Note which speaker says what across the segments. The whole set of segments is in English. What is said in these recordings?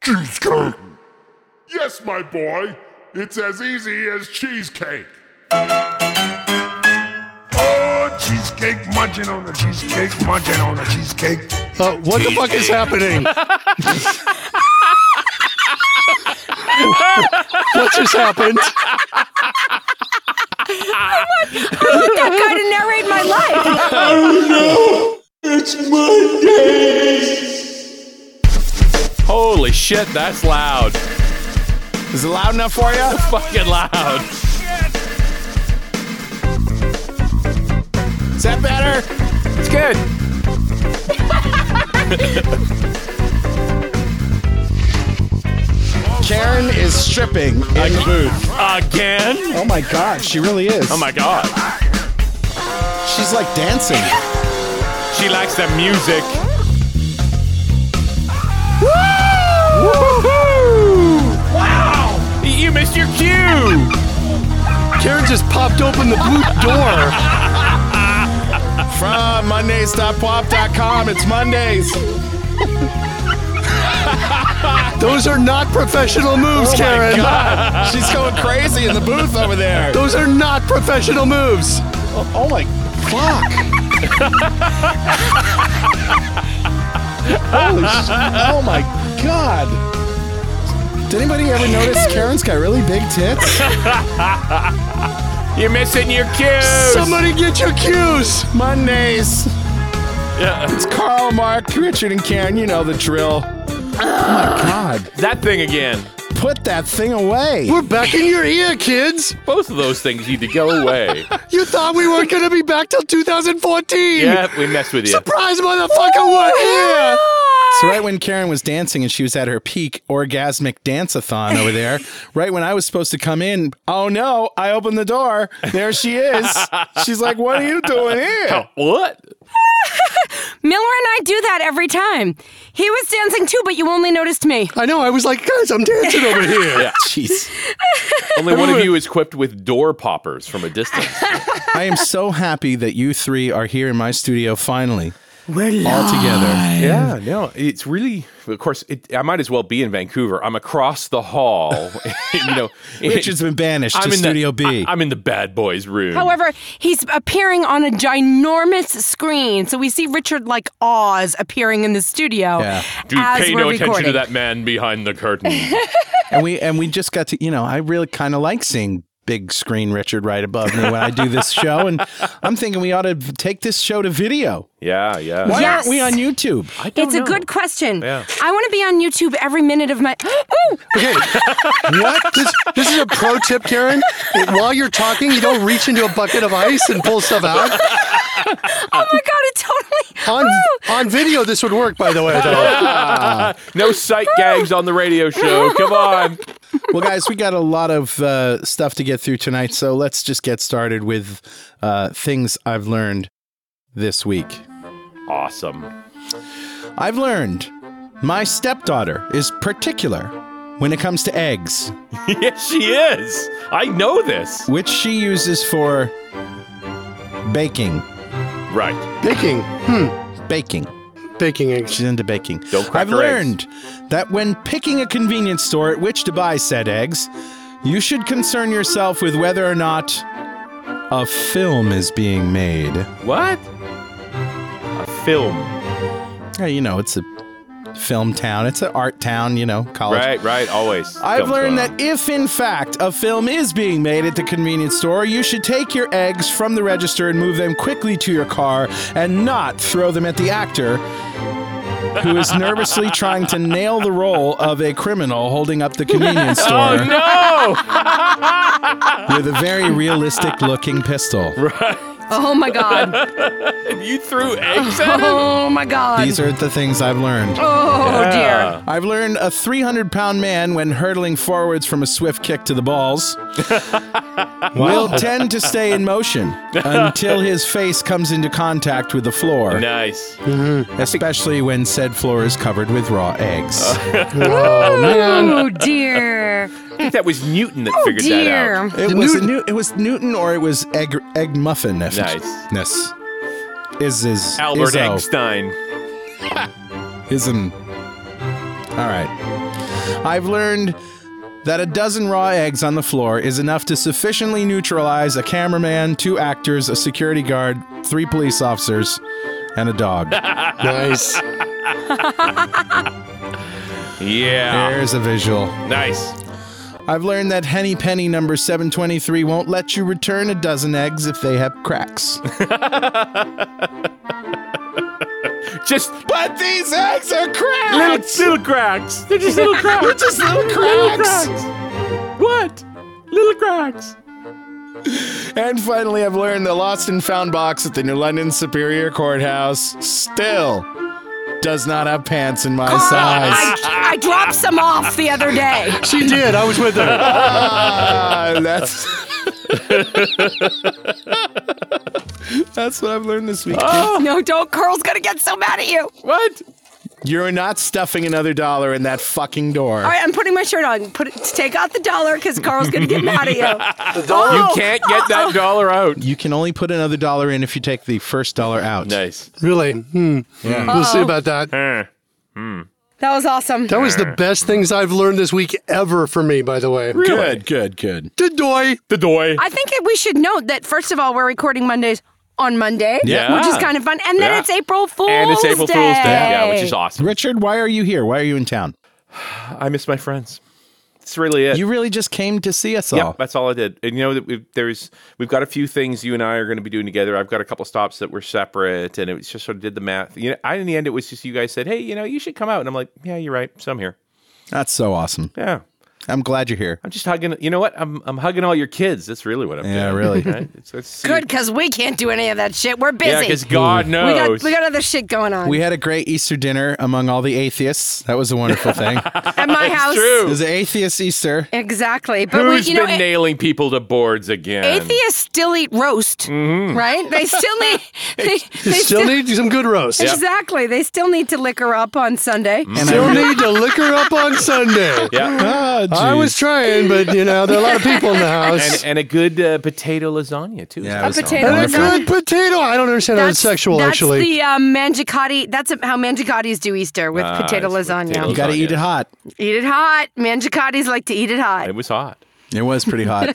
Speaker 1: Cheese curtain. Yes, my boy. It's as easy as cheesecake. Oh, cheesecake munching on a cheesecake munching on a cheesecake.
Speaker 2: Uh, what the fuck is happening? what just happened?
Speaker 3: That guy to narrate my life.
Speaker 4: Holy shit, that's loud.
Speaker 5: Is it loud enough for you?
Speaker 4: Fucking loud.
Speaker 5: Is that better? It's good. Karen is stripping. In,
Speaker 4: Again?
Speaker 5: oh my god, she really is.
Speaker 4: Oh my god.
Speaker 5: She's like dancing.
Speaker 4: She likes the music. Wow! You missed your cue!
Speaker 2: Karen just popped open the blue door.
Speaker 5: From Mondays.pop.com, it's Mondays.
Speaker 2: Those are not professional moves, Karen.
Speaker 5: Oh She's going crazy in the booth over there.
Speaker 2: Those are not professional moves.
Speaker 5: Oh my fuck. Holy sh- oh my god. Did anybody ever notice Karen's got really big tits?
Speaker 4: You're missing your cues!
Speaker 2: Somebody get your cues.
Speaker 5: Mondays.
Speaker 4: Yeah,
Speaker 5: It's Carl, Mark, Richard, and Karen. You know the drill. Oh my god.
Speaker 4: that thing again.
Speaker 5: Put that thing away.
Speaker 2: We're back in your ear, kids.
Speaker 4: Both of those things need to go away.
Speaker 2: You thought we weren't going to be back till 2014.
Speaker 4: yep, we messed with you.
Speaker 2: Surprise, motherfucker, we're here.
Speaker 5: Oh So right when Karen was dancing and she was at her peak orgasmic dance-a-thon over there, right when I was supposed to come in, oh no, I opened the door. There she is. She's like, "What are you doing here?"
Speaker 4: What?
Speaker 3: Miller and I do that every time. He was dancing too, but you only noticed me.
Speaker 2: I know. I was like, guys, I'm dancing over here.
Speaker 4: Yeah.
Speaker 5: Jeez.
Speaker 4: Only one of you is equipped with door poppers from a distance.
Speaker 5: I am so happy that you three are here in my studio finally. We're all together.
Speaker 4: Yeah, no, it's really. Of course, it, I might as well be in Vancouver. I'm across the hall. you know,
Speaker 5: Richard's been banished to Studio
Speaker 4: the,
Speaker 5: B.
Speaker 4: I, am in the bad boys room.
Speaker 3: However, he's appearing on a ginormous screen, so we see Richard like Oz appearing in the studio
Speaker 5: Yeah.
Speaker 4: Dude,
Speaker 3: as
Speaker 4: pay
Speaker 3: we're
Speaker 4: no attention
Speaker 3: recording.
Speaker 4: to that man behind the curtain.
Speaker 5: and we and we just got to, you know, I really kind of like seeing big screen Richard right above me when I do this show and I'm thinking we ought to take this show to video.
Speaker 4: yeah, yeah.
Speaker 5: Why
Speaker 3: Yes.
Speaker 5: aren't we on YouTube?
Speaker 3: It's a good question.
Speaker 4: Yeah.
Speaker 3: I want to be on YouTube every minute of my. Oh Ooh!
Speaker 2: Okay. what? This, this is a pro tip, Karen. While you're talking, you don't reach into a bucket of ice and pull stuff out.
Speaker 3: Oh my god! It totally.
Speaker 2: On on video, this would work, by the way. Though.
Speaker 4: No sight gags on the radio show. Come on.
Speaker 5: well, guys, we got a lot of uh, stuff to get through tonight, so let's just get started with uh, things I've learned this week.
Speaker 4: Awesome.
Speaker 5: I've learned my stepdaughter is particular when it comes to eggs,
Speaker 4: Yes, she is. I know this.
Speaker 5: which she uses for baking.
Speaker 4: Right.
Speaker 2: Baking,
Speaker 5: Baking.
Speaker 2: baking eggs.
Speaker 5: She's into baking.
Speaker 4: Don't crack
Speaker 5: I've
Speaker 4: her
Speaker 5: learned that when picking a convenience store at which to buy said eggs, you should concern yourself with whether or not a film is being made.
Speaker 4: What? A film.
Speaker 5: Yeah, you know, it's a film town. It's an art town, you know, college.
Speaker 4: Right, right. Always.
Speaker 5: I've
Speaker 4: Film's
Speaker 5: learned
Speaker 4: going on.
Speaker 5: that if, in fact, a film is being made at the convenience store, you should take your eggs from the register and move them quickly to your car and not throw them at the actor who is nervously trying to nail the role of a criminal holding up the convenience
Speaker 4: Oh,
Speaker 5: store with a very realistic looking pistol.
Speaker 3: Oh my god!
Speaker 4: If you threw eggs at him.
Speaker 3: Oh my god!
Speaker 5: These are the things I've learned.
Speaker 3: oh dear.
Speaker 4: Yeah.
Speaker 5: I've learned a 300 pound man, when hurtling forwards from a swift kick to the balls, will tend to stay in motion until his face comes into contact with the floor,
Speaker 4: Nice.
Speaker 5: especially when said floor is covered with raw eggs.
Speaker 4: Uh,
Speaker 3: Oh dear.
Speaker 4: I think that was Newton that
Speaker 3: Oh
Speaker 4: figured that out.
Speaker 3: dear.
Speaker 5: it, was a new, it was Newton or it was Egg, egg Muffin. Nice.
Speaker 4: Nice.
Speaker 5: Is is
Speaker 4: Albert
Speaker 5: Izzo.
Speaker 4: Eggstein.
Speaker 5: Ism. All right. I've learned that a dozen raw eggs on the floor is enough to sufficiently neutralize a cameraman, two actors, a security guard, three police officers, and a dog.
Speaker 2: Nice.
Speaker 4: Yeah.
Speaker 5: There's a visual.
Speaker 4: Nice.
Speaker 5: I've learned that Henny Penny number 723 won't let you return a dozen eggs if they have cracks.
Speaker 4: Just
Speaker 5: but these eggs are cracks!
Speaker 4: little, little cracks. They're just little cracks. They're just
Speaker 5: little cracks.
Speaker 4: What? Little cracks.
Speaker 5: And finally, I've learned the lost and found box at the New London Superior Courthouse still does not have pants in my size.
Speaker 3: I, I dropped some off the other day.
Speaker 2: She did. I was with her.
Speaker 5: Ah, that's. That's what I've learned this week.
Speaker 3: No, don't. Carl's gonna get so mad at you.
Speaker 4: What?
Speaker 5: You're not stuffing another dollar in that fucking door.
Speaker 3: All right, I'm putting my shirt on. Put it, take out the dollar because Carl's gonna get mad at you.
Speaker 4: You
Speaker 3: Oh,
Speaker 4: can't get that dollar out.
Speaker 5: You can only put another dollar in if you take the first dollar out.
Speaker 4: Nice.
Speaker 2: Really? Hmm. We'll see about that.
Speaker 3: That was awesome.
Speaker 2: That was the best things I've learned this week ever for me, by the way.
Speaker 5: Good, good, good.
Speaker 2: Good doy.
Speaker 4: The doy.
Speaker 3: I think that we should note that first of all, we're recording Mondays on Monday,
Speaker 4: Yeah.
Speaker 3: which is kind of fun, and then
Speaker 4: Yeah.
Speaker 3: it's April Fool's
Speaker 4: and it's April
Speaker 3: Day.
Speaker 4: Fool's Day. Yeah, which is awesome.
Speaker 5: Richard, why are you here? Why are you in town?
Speaker 4: I miss my friends. It's really it.
Speaker 5: You really just came to see us all.
Speaker 4: Yep, that's all I did. And you know that we've there's we've got a few things you and I are going to be doing together. I've got a couple stops that were separate, and it was just sort of did the math. You know, I in the end it was just you guys said, hey, you know, you should come out, and I'm like, yeah, you're right. So I'm here.
Speaker 5: That's so awesome.
Speaker 4: Yeah,
Speaker 5: I'm glad you're here.
Speaker 4: I'm just hugging. You know what? I'm I'm hugging all your kids. That's really what I'm
Speaker 5: Yeah,
Speaker 4: doing.
Speaker 5: really.
Speaker 4: Right? It's, it's,
Speaker 3: Good, because we can't do any of that shit. We're busy.
Speaker 4: Yeah, because God
Speaker 3: we
Speaker 4: knows.
Speaker 3: got we got other shit going on
Speaker 5: We had a great Easter dinner among all the atheists. That was a wonderful thing. it
Speaker 3: at my house.
Speaker 4: true.
Speaker 5: was an atheist Easter.
Speaker 3: Exactly, but
Speaker 4: Who's
Speaker 3: we, you know,
Speaker 4: been
Speaker 3: a-
Speaker 4: nailing people to boards again?
Speaker 3: atheists still eat roast,
Speaker 4: Mm-hmm.
Speaker 3: right? They still need they,
Speaker 2: You
Speaker 3: they
Speaker 2: still need some good roast.
Speaker 3: exactly. They still need to liquor up on Sunday.
Speaker 4: Mm.
Speaker 2: Still need to liquor up on Sunday.
Speaker 4: Yeah.
Speaker 5: Ah,
Speaker 2: I
Speaker 5: geez.
Speaker 2: was trying, but you know, there are a lot of people in the house.
Speaker 4: And, and a good uh, potato lasagna too.
Speaker 5: Yeah,
Speaker 4: It's
Speaker 5: it was
Speaker 3: potato
Speaker 5: wonderful.
Speaker 2: And a
Speaker 3: Wonderful.
Speaker 2: good potato. I don't understand how it's sexual,
Speaker 3: that's
Speaker 2: actually.
Speaker 3: the um, mangicotti. That's how mangicotis do Easter with
Speaker 4: Ah,
Speaker 3: potato
Speaker 4: it's with
Speaker 3: lasagna.
Speaker 4: potato
Speaker 5: You got to eat it hot.
Speaker 3: Eat it hot. Mangicotis like to eat it hot.
Speaker 4: It was hot.
Speaker 5: It was pretty hot.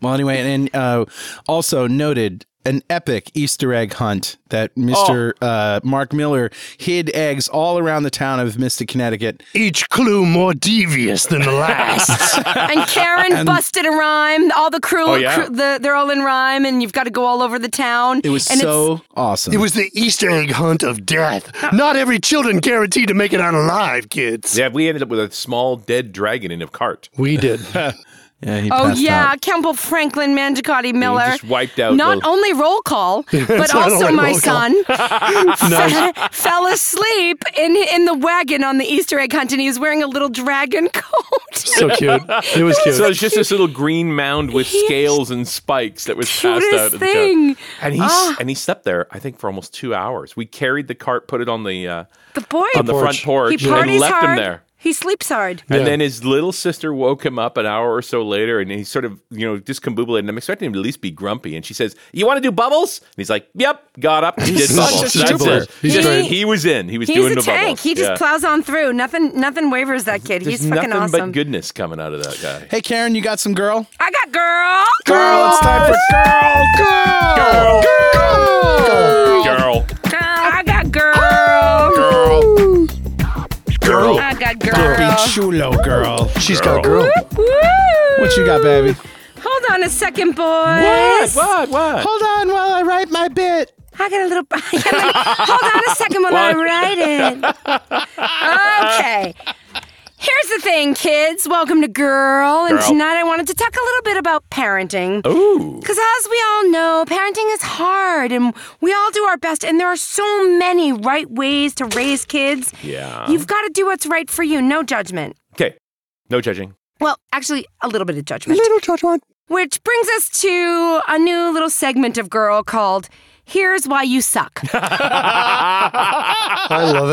Speaker 5: well, anyway, and, and uh, also noted an epic Easter egg hunt that
Speaker 2: Oh.
Speaker 5: Mr. Uh, Mark Miller hid eggs all around the town of Mystic, Connecticut.
Speaker 2: Each clue more devious than the last.
Speaker 3: And Karen busted a rhyme. All the crew,
Speaker 4: Oh, yeah.
Speaker 3: crew- the, they're all in rhyme, and you've got to go all over the town.
Speaker 5: It was
Speaker 3: and
Speaker 5: so awesome.
Speaker 2: it was the Easter egg hunt of death. Not every children guaranteed to make it out alive, kids.
Speaker 4: Yeah, we ended up with a small dead dragon in a cart.
Speaker 2: We did.
Speaker 5: yeah, he
Speaker 3: Oh
Speaker 5: passed
Speaker 3: yeah,
Speaker 5: out.
Speaker 3: Campbell Franklin Mangicotti Miller
Speaker 4: just wiped out
Speaker 3: Not
Speaker 4: the-
Speaker 3: only roll call, but
Speaker 2: not
Speaker 3: also
Speaker 2: only
Speaker 3: my
Speaker 2: roll call.
Speaker 3: son fe- fell asleep in in the wagon on the Easter egg hunt, and he was wearing a little dragon coat.
Speaker 2: so cute. It was cute.
Speaker 4: So it's just this little green mound with scales and spikes that was passed
Speaker 3: cutest
Speaker 4: out. at the top.
Speaker 3: thing. Ah.
Speaker 4: And he s- and he slept there, I think, for almost two hours. We carried the cart, put it on the uh,
Speaker 3: The boy
Speaker 4: on the front porch,
Speaker 3: He
Speaker 4: and
Speaker 3: parties
Speaker 4: left
Speaker 3: hard.
Speaker 4: him there.
Speaker 3: He sleeps hard.
Speaker 4: And then his little sister woke him up an hour or so later, and he's sort of, you know, discombobulated. And I'm expecting him to at least be grumpy. And she says, "You want to do bubbles?" And he's like, "Yep." Got up, and did
Speaker 2: He's
Speaker 4: bubbles.
Speaker 2: such a
Speaker 4: That's
Speaker 2: trooper.
Speaker 4: it.
Speaker 2: He's
Speaker 4: Just-
Speaker 3: great.
Speaker 4: he was in. He was
Speaker 3: He's
Speaker 4: doing
Speaker 3: a
Speaker 4: the
Speaker 3: tank.
Speaker 4: bubbles.
Speaker 3: He just
Speaker 4: Yeah.
Speaker 3: plows on through. Nothing, nothing wavers that kid.
Speaker 4: There's
Speaker 3: He's fucking
Speaker 4: nothing
Speaker 3: awesome.
Speaker 4: but goodness coming out of that guy.
Speaker 5: Hey, Karen, you got some girl?
Speaker 3: I got girl.
Speaker 5: Girl, it's time for
Speaker 4: Girl, girl, girl, girl,
Speaker 3: Girl. I got girl.
Speaker 4: girl, girl.
Speaker 3: I got
Speaker 5: Be
Speaker 3: girl.
Speaker 5: chulo, girl.
Speaker 2: She's got girl.
Speaker 3: Woo!
Speaker 5: What you got, baby?
Speaker 3: Hold on a second, boys.
Speaker 4: What? What? What?
Speaker 5: Hold on while I write my bit.
Speaker 3: I got a little. I got a little- hold on a second while I
Speaker 4: What?
Speaker 3: write it. Okay. Here's the thing, kids. Welcome to Girl. And
Speaker 4: Girl. Oh.
Speaker 3: tonight I wanted to talk a little bit about parenting.
Speaker 4: Ooh.
Speaker 3: Because as we all know, parenting is hard and we all do our best. And there are so many right ways to raise kids.
Speaker 4: Yeah.
Speaker 3: You've got to do what's right for you. No judgment.
Speaker 4: Okay. No judging.
Speaker 3: Well, actually, a little bit of judgment.
Speaker 2: Little touch one.
Speaker 3: Which brings us to a new little segment of Girl called here's why you suck.
Speaker 2: I love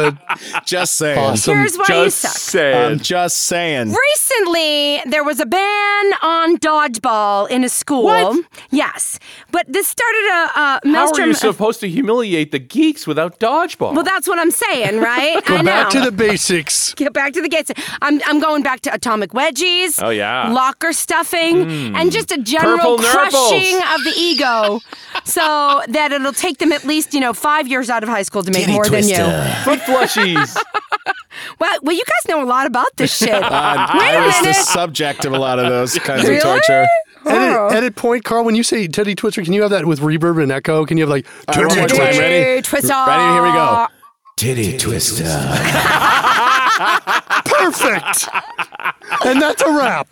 Speaker 2: it.
Speaker 5: Just saying.
Speaker 2: Awesome.
Speaker 3: Here's why you
Speaker 4: Just
Speaker 3: suck.
Speaker 5: I'm
Speaker 4: saying.
Speaker 5: just saying.
Speaker 3: Recently, there was a ban on dodgeball in a school.
Speaker 4: What?
Speaker 3: Yes, but this started a, a
Speaker 4: How are
Speaker 3: maelstrom.
Speaker 4: you
Speaker 3: of-
Speaker 4: supposed to humiliate the geeks without dodgeball?
Speaker 3: well, that's what I'm saying, right? I know.
Speaker 2: Back to the basics.
Speaker 3: Get back to the gates. I'm, I'm going back to atomic wedgies.
Speaker 4: Oh, yeah. Hmm.
Speaker 3: Locker stuffing and just a
Speaker 4: Purple
Speaker 3: general
Speaker 4: nurples.
Speaker 3: crushing of the ego, so that it'll take them at least you know five years out of high school to make more than you.
Speaker 4: Foot flushies.
Speaker 3: Well, well, you guys know a lot about this shit. Wait a
Speaker 5: Uh, I was the
Speaker 3: minute.
Speaker 5: subject of a lot of those kinds
Speaker 3: Really?
Speaker 5: of torture.
Speaker 2: Edit, edit point, Carl. When you say Teddy Twister, can you have that with reverb and echo? Can you have like
Speaker 5: right, one more time. Ready?
Speaker 2: Twister?
Speaker 3: Hey, Twister.
Speaker 5: Ready? Here we go. Titty twister.
Speaker 2: Perfect. and that's a wrap.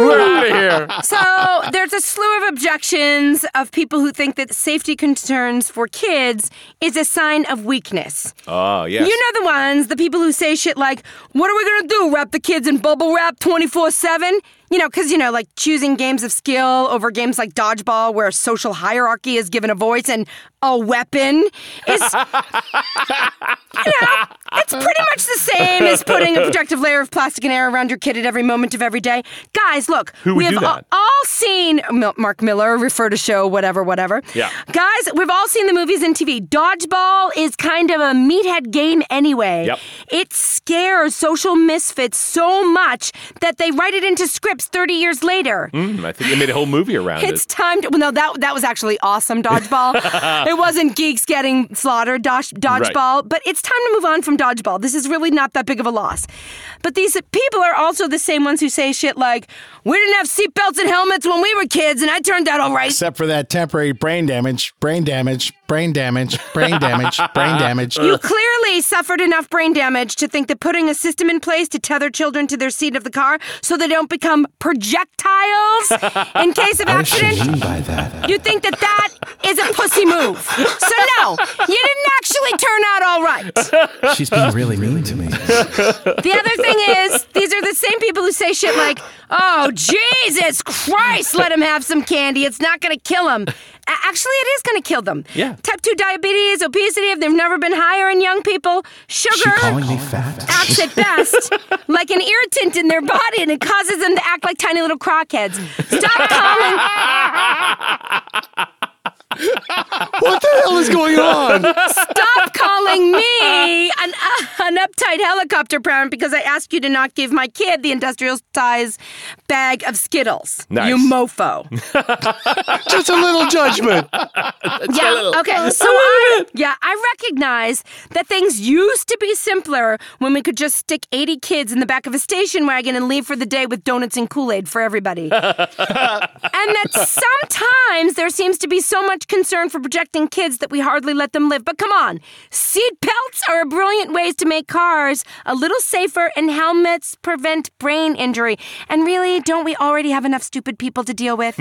Speaker 4: We're out of here.
Speaker 3: So there's a slew of objections of people who think that safety concerns for kids is a sign of weakness.
Speaker 4: Oh, yes.
Speaker 3: You know the ones, the people who say shit like, what are we gonna do? Wrap the kids in bubble wrap 24 7? You know, because, you know, like choosing games of skill over games like dodgeball, where a social hierarchy is given a voice and a weapon is, you know, it's pretty much the same as putting a protective layer of plastic and air around your kid at every moment of every day. Guys, look,
Speaker 4: Who would
Speaker 3: we have
Speaker 4: do that?
Speaker 3: a- all seen Mil- Mark Miller refer to show whatever whatever.
Speaker 4: Yeah.
Speaker 3: Guys, we've all seen the movies and TV. Dodgeball is kind of a meathead game anyway.
Speaker 4: Yep.
Speaker 3: It scares social misfits so much that they write it into scripts 30 years later.
Speaker 4: Mm, I think they made a whole movie around
Speaker 3: It's
Speaker 4: it.
Speaker 3: time to. Well, no, that that was actually awesome dodgeball. it wasn't geeks getting slaughtered dodge, dodgeball, but it's time to move on from dodgeball. This is really not that big of a loss. But these people are also the same ones who say shit like, "We didn't have seatbelts and helmets when we were kids, and I turned out all right."
Speaker 5: Except for that temporary brain damage, brain damage, brain damage, brain damage, brain damage.
Speaker 3: You clearly suffered enough brain damage to think that putting a system in place to tether children to their seat of the car so they don't become projectiles in case of accident.
Speaker 5: by that?
Speaker 3: You think that that is a pussy move. So, no, you didn't actually turn out all right.
Speaker 5: She's being really mean to me.
Speaker 3: The other thing is, these are the same people who say shit like, oh, Jesus Christ, let him have some candy. It's not going to kill him. A- Actually, it is going to kill them.
Speaker 4: Yeah.
Speaker 3: Type 2 diabetes, obesity, if they've never been higher in young people, sugar
Speaker 5: me fat?
Speaker 3: acts at best like an irritant in their body and it causes them to act like tiny little crockheads. Stop calling
Speaker 2: What the hell is going on?
Speaker 3: Stop calling me an, uh, an uptight helicopter parent because I asked you to not give my kid the industrial size bag of Skittles.
Speaker 4: Nice.
Speaker 3: You mofo.
Speaker 2: Just a little judgment.
Speaker 3: yeah. Okay. So I, yeah, I recognize that things used to be simpler when we could just stick 80 kids in the back of a station wagon and leave for the day with donuts and Kool-Aid for everybody. and that sometimes there seems to be so much concern for projecting kids that we hardly let them live. But come on, seat belts are a brilliant ways to make cars a little safer, and helmets prevent brain injury. And really, don't we already have enough stupid people to deal with?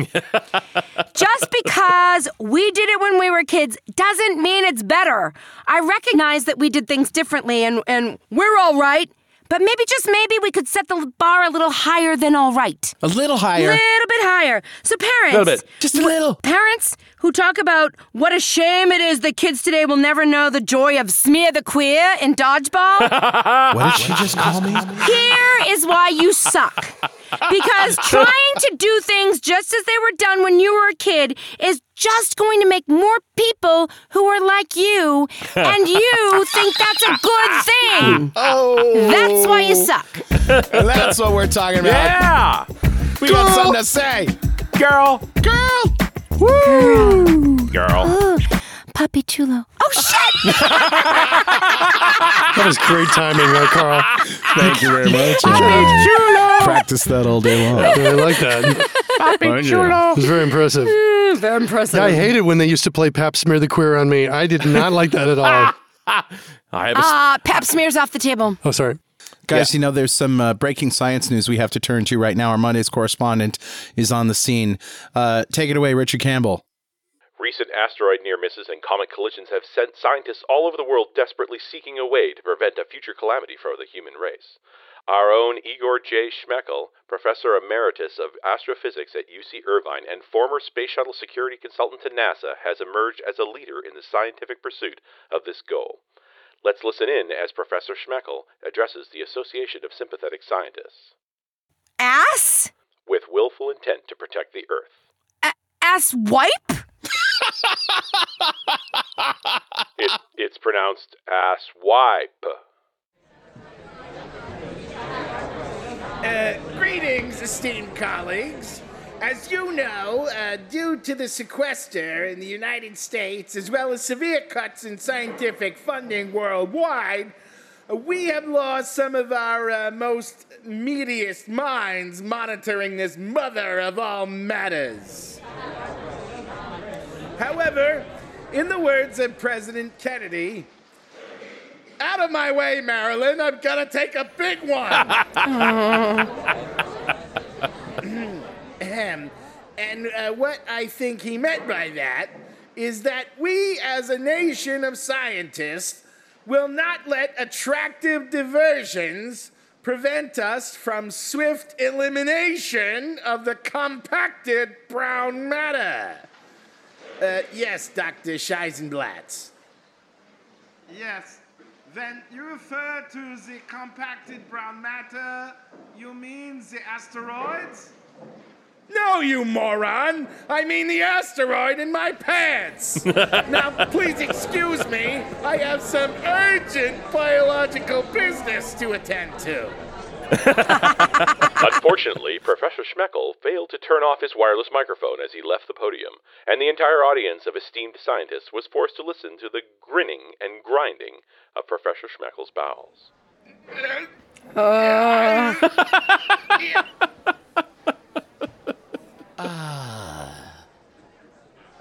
Speaker 3: Just because we did it when we were kids doesn't mean it's better. I recognize that we did things differently and, and we're all right, but maybe just maybe we could set the bar a little higher than all right.
Speaker 5: A little
Speaker 3: A
Speaker 5: higher.
Speaker 3: little bit higher. So, parents.
Speaker 4: Little bit.
Speaker 5: Just a little.
Speaker 3: Parents who talk about what a shame it is that kids today will never know the joy of smear the queer in dodgeball.
Speaker 5: What did she just call me?
Speaker 3: Here is why you suck. Because trying to do things just as they were done when you were a kid is just going to make more people who are like you, and you think that's a good thing.
Speaker 5: Oh,
Speaker 3: That's why you suck.
Speaker 5: that's what we're talking about.
Speaker 4: Yeah.
Speaker 5: We got something to say.
Speaker 4: Girl.
Speaker 5: Girl!
Speaker 4: Girl.
Speaker 3: Puppy Chulo. Oh, shit!
Speaker 2: That was great timing, right, Carl?
Speaker 5: Thank you very much. Practice that all day long.
Speaker 2: I really like that. It was very impressive.
Speaker 3: Very impressive.
Speaker 2: I hated when they used to play Pap Smear the Queer on me. I did not like that at all.
Speaker 4: I have a
Speaker 3: Uh, pap smears off the table.
Speaker 2: Oh, sorry.
Speaker 5: Guys, you know, there's some uh, breaking science news we have to turn to right now. Our Monday's correspondent is on the scene. Uh, take it away, Richard Campbell.
Speaker 6: Recent asteroid near misses and comet collisions have sent scientists all over the world desperately seeking a way to prevent a future calamity for the human race.
Speaker 4: Our own Igor J. Schmeckel, professor emeritus of astrophysics at UC Irvine and former space shuttle security consultant to NASA, has emerged as a leader in the scientific pursuit of this goal. Let's listen in as Professor Schmeckel addresses the Association of Sympathetic Scientists
Speaker 3: Ass?
Speaker 4: with willful intent to protect the Earth.
Speaker 3: A- ass wipe?
Speaker 4: It, it's pronounced ass wipe.
Speaker 7: Uh, greetings, esteemed colleagues. As you know, uh, due to the sequester in the United States, as well as severe cuts in scientific funding worldwide, uh, we have lost some of our uh, most meatiest minds monitoring this mother of all matters. However, in the words of President Kennedy, out of my way, Marilyn, I'm gonna take a big one. Ahem. And uh, what I think he meant by that is that we, as a nation of scientists, will not let attractive diversions prevent us from swift elimination of the compacted brown matter. Uh, yes, Dr. Scheisenblatt. Yes. When you refer to the compacted brown matter, you mean the asteroids? No, you moron! I mean the asteroid in my pants! now, please excuse me. I have some urgent biological business to attend to.
Speaker 4: Unfortunately, Professor Schmeckel failed to turn off his wireless microphone as he left the podium, and the entire audience of esteemed scientists was forced to listen to the grinning and grinding of Professor Schmeckel's bowels.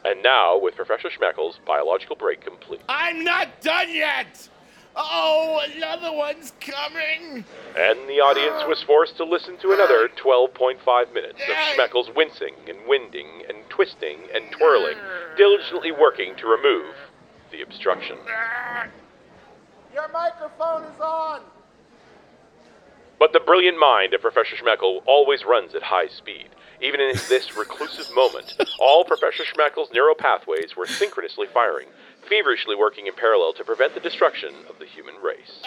Speaker 4: And now, with Professor Schmeckel's biological break complete.
Speaker 7: I'm not done yet! Oh, another one's coming!
Speaker 4: And the audience was forced to listen to another 12.5 minutes of Schmeckel's wincing and winding and twisting and twirling, diligently working to remove the obstruction.
Speaker 7: Your microphone is on!
Speaker 4: But the brilliant mind of Professor Schmeckel always runs at high speed. Even in this reclusive moment, all Professor Schmeckel's neural pathways were synchronously firing, feverishly working in parallel to prevent the destruction of the human race.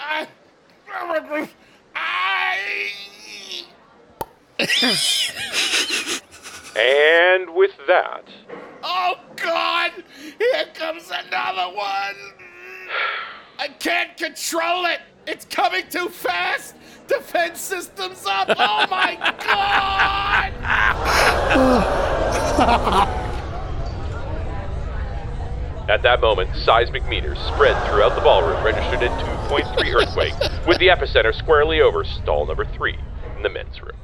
Speaker 4: And with that,
Speaker 7: Oh, God! Here comes another one! I can't control it! It's coming too fast! Defense system's up! Oh, my God!
Speaker 4: at that moment, seismic meters spread throughout the ballroom registered a 2.3 earthquake, with the epicenter squarely over stall number 3 in the men's room.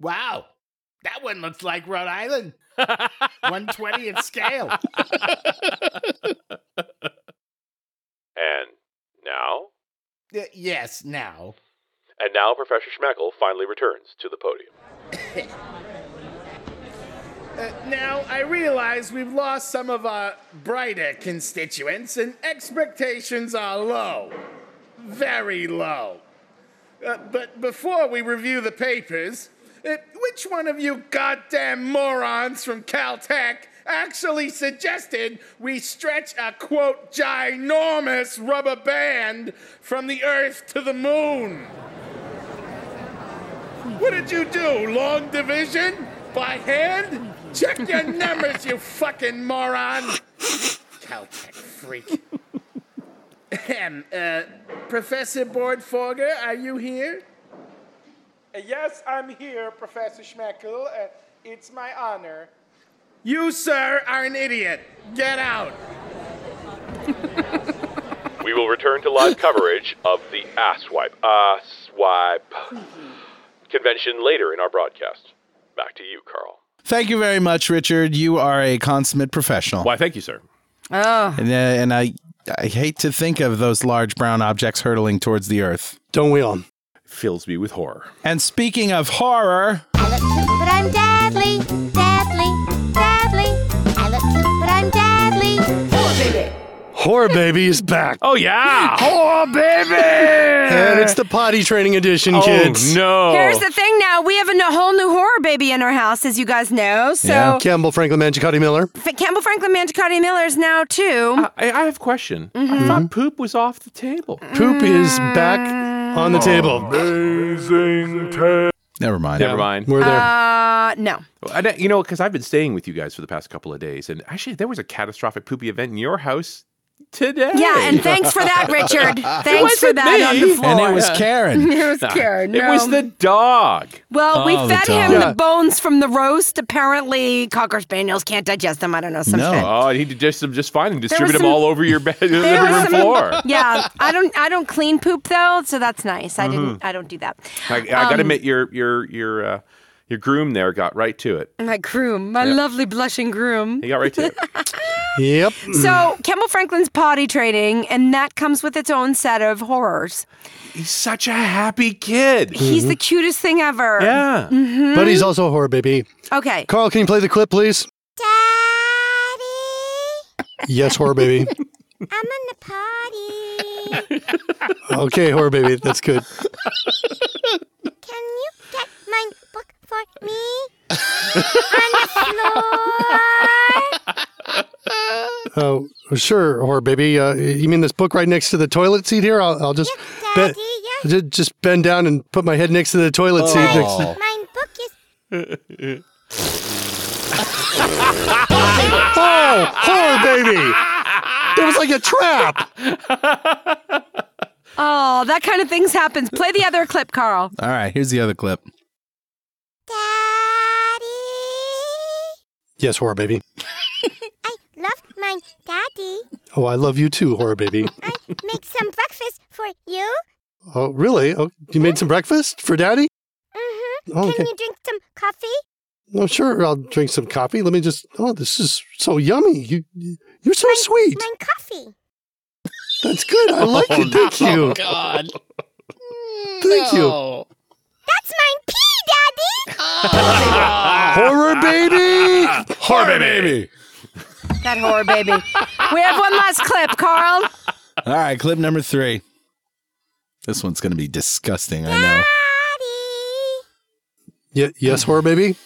Speaker 7: Wow. That one looks like Rhode Island. 120 at scale.
Speaker 4: And now,
Speaker 7: Y- yes, now.
Speaker 4: and now Professor Schmeckel finally returns to the podium.
Speaker 7: Uh, now, I realize we've lost some of our brighter constituents, and expectations are low. Very low. Uh, but before we review the papers, uh, which one of you goddamn morons from Caltech actually suggested we stretch a quote ginormous rubber band from the Earth to the moon? What did you do? Long division? By hand? Check your numbers, you fucking moron! Caltech freak. Ahem, uh, Professor Bordforger, are you here? Uh, yes, I'm here, Professor Schmeckel. Uh, it's my honor. You, sir, are an idiot. Get out.
Speaker 4: We will return to live coverage of the Asswipe Asswipe convention later in our broadcast. Back to you, Carl.
Speaker 5: Thank you very much, Richard. You are a consummate professional.
Speaker 8: Why, thank you, sir.
Speaker 5: And, uh, and I, I hate to think of those large brown objects hurtling towards the Earth.
Speaker 2: Don't we all?
Speaker 8: Fills me with horror.
Speaker 5: And speaking of horror,
Speaker 9: I look cute, but I'm deadly, deadly, deadly. I look cute, but I'm deadly.
Speaker 2: Horror Baby is back.
Speaker 10: Oh yeah. Oh baby.
Speaker 2: And it's the potty training edition,
Speaker 10: oh
Speaker 2: kids.
Speaker 10: no.
Speaker 5: Oh.
Speaker 3: Here's the thing now. We have a n- whole new horror baby in our house, as you guys know. So
Speaker 5: Yeah.
Speaker 2: Campbell Franklin Mangicotti Miller.
Speaker 3: F- Campbell Franklin Mangicotti Miller is now too.
Speaker 4: I, I have a question. I
Speaker 3: Mm-hmm.
Speaker 4: thought poop was off the table.
Speaker 2: Poop is back on
Speaker 10: Oh,
Speaker 2: the table.
Speaker 5: Never mind.
Speaker 4: Never mind.
Speaker 2: We're there.
Speaker 3: Uh, no.
Speaker 4: I don't- you know, because I've been staying with you guys for the past couple of days, and actually, there was a catastrophic poopy event in your house today.
Speaker 3: Yeah, and thanks for that, Richard. Thanks for
Speaker 4: wasn't
Speaker 3: that
Speaker 4: me.
Speaker 3: on the floor.
Speaker 5: And it was Karen.
Speaker 3: It was Karen.
Speaker 4: It
Speaker 3: no.
Speaker 4: was the dog.
Speaker 3: well, we
Speaker 5: Oh, the
Speaker 3: fed him
Speaker 2: dog. Yeah.
Speaker 3: the bones from the roast. Apparently, cocker spaniels can't digest them. I don't know some
Speaker 5: No.
Speaker 3: shit.
Speaker 4: Oh, and he did just just fine and distribute them
Speaker 3: some-
Speaker 4: all over your bed,
Speaker 3: There
Speaker 4: living
Speaker 3: was
Speaker 4: room
Speaker 3: some-
Speaker 4: floor.
Speaker 3: Yeah, I don't. I don't clean poop though, so that's nice. I didn't.
Speaker 4: Mm-hmm.
Speaker 3: I don't do that.
Speaker 4: I, I
Speaker 3: um,
Speaker 4: gotta admit, your your your uh, your groom there got right to it.
Speaker 3: My groom, my lovely blushing groom.
Speaker 4: He got right to it.
Speaker 2: Yep.
Speaker 3: So, Kemble Franklin's potty training, and that comes with its own set of horrors.
Speaker 4: He's such a happy kid. Mm-hmm.
Speaker 3: He's the cutest thing ever.
Speaker 4: Yeah.
Speaker 2: But he's also a horror baby.
Speaker 3: Okay.
Speaker 2: Carl, can you play the clip, please?
Speaker 9: Daddy,
Speaker 2: Yes, horror baby.
Speaker 9: I'm in the party.
Speaker 2: Okay, horror baby. That's good.
Speaker 9: Can you get my book for me? On the floor.
Speaker 2: Oh, sure, horror baby. Uh, you mean this book right next to the toilet seat here? I'll, I'll just bend,
Speaker 9: Daddy, yes.
Speaker 2: ju- just bend down and put my head next to the toilet seat.
Speaker 10: Oh.
Speaker 2: Next.
Speaker 9: My book is
Speaker 2: Oh, horror baby! There was like a trap.
Speaker 3: Oh, that kind of things happens. Play the other clip, Carl.
Speaker 5: All right, here's the other clip.
Speaker 9: Daddy.
Speaker 2: Yes, horror baby.
Speaker 9: I love my daddy.
Speaker 2: Oh, I love you too, horror baby.
Speaker 9: I make some breakfast for you.
Speaker 2: Oh, really? Oh, you made some breakfast for daddy?
Speaker 9: Mm-hmm.
Speaker 2: Oh, okay.
Speaker 9: Can you drink some coffee?
Speaker 2: Oh, sure. I'll drink some coffee. Let me just. Oh, this is so yummy. You, you- you're so sweet.
Speaker 9: My coffee.
Speaker 2: That's good. I like it. Thank you.
Speaker 10: God.
Speaker 2: Thank you.
Speaker 9: That's my pee, daddy.
Speaker 2: Horror baby.
Speaker 5: Horror baby.
Speaker 3: That horror baby. we have one last clip, Carl.
Speaker 5: All right, clip number three. This one's going to be disgusting, I know.
Speaker 9: Daddy.
Speaker 2: Ye- yes, horror baby.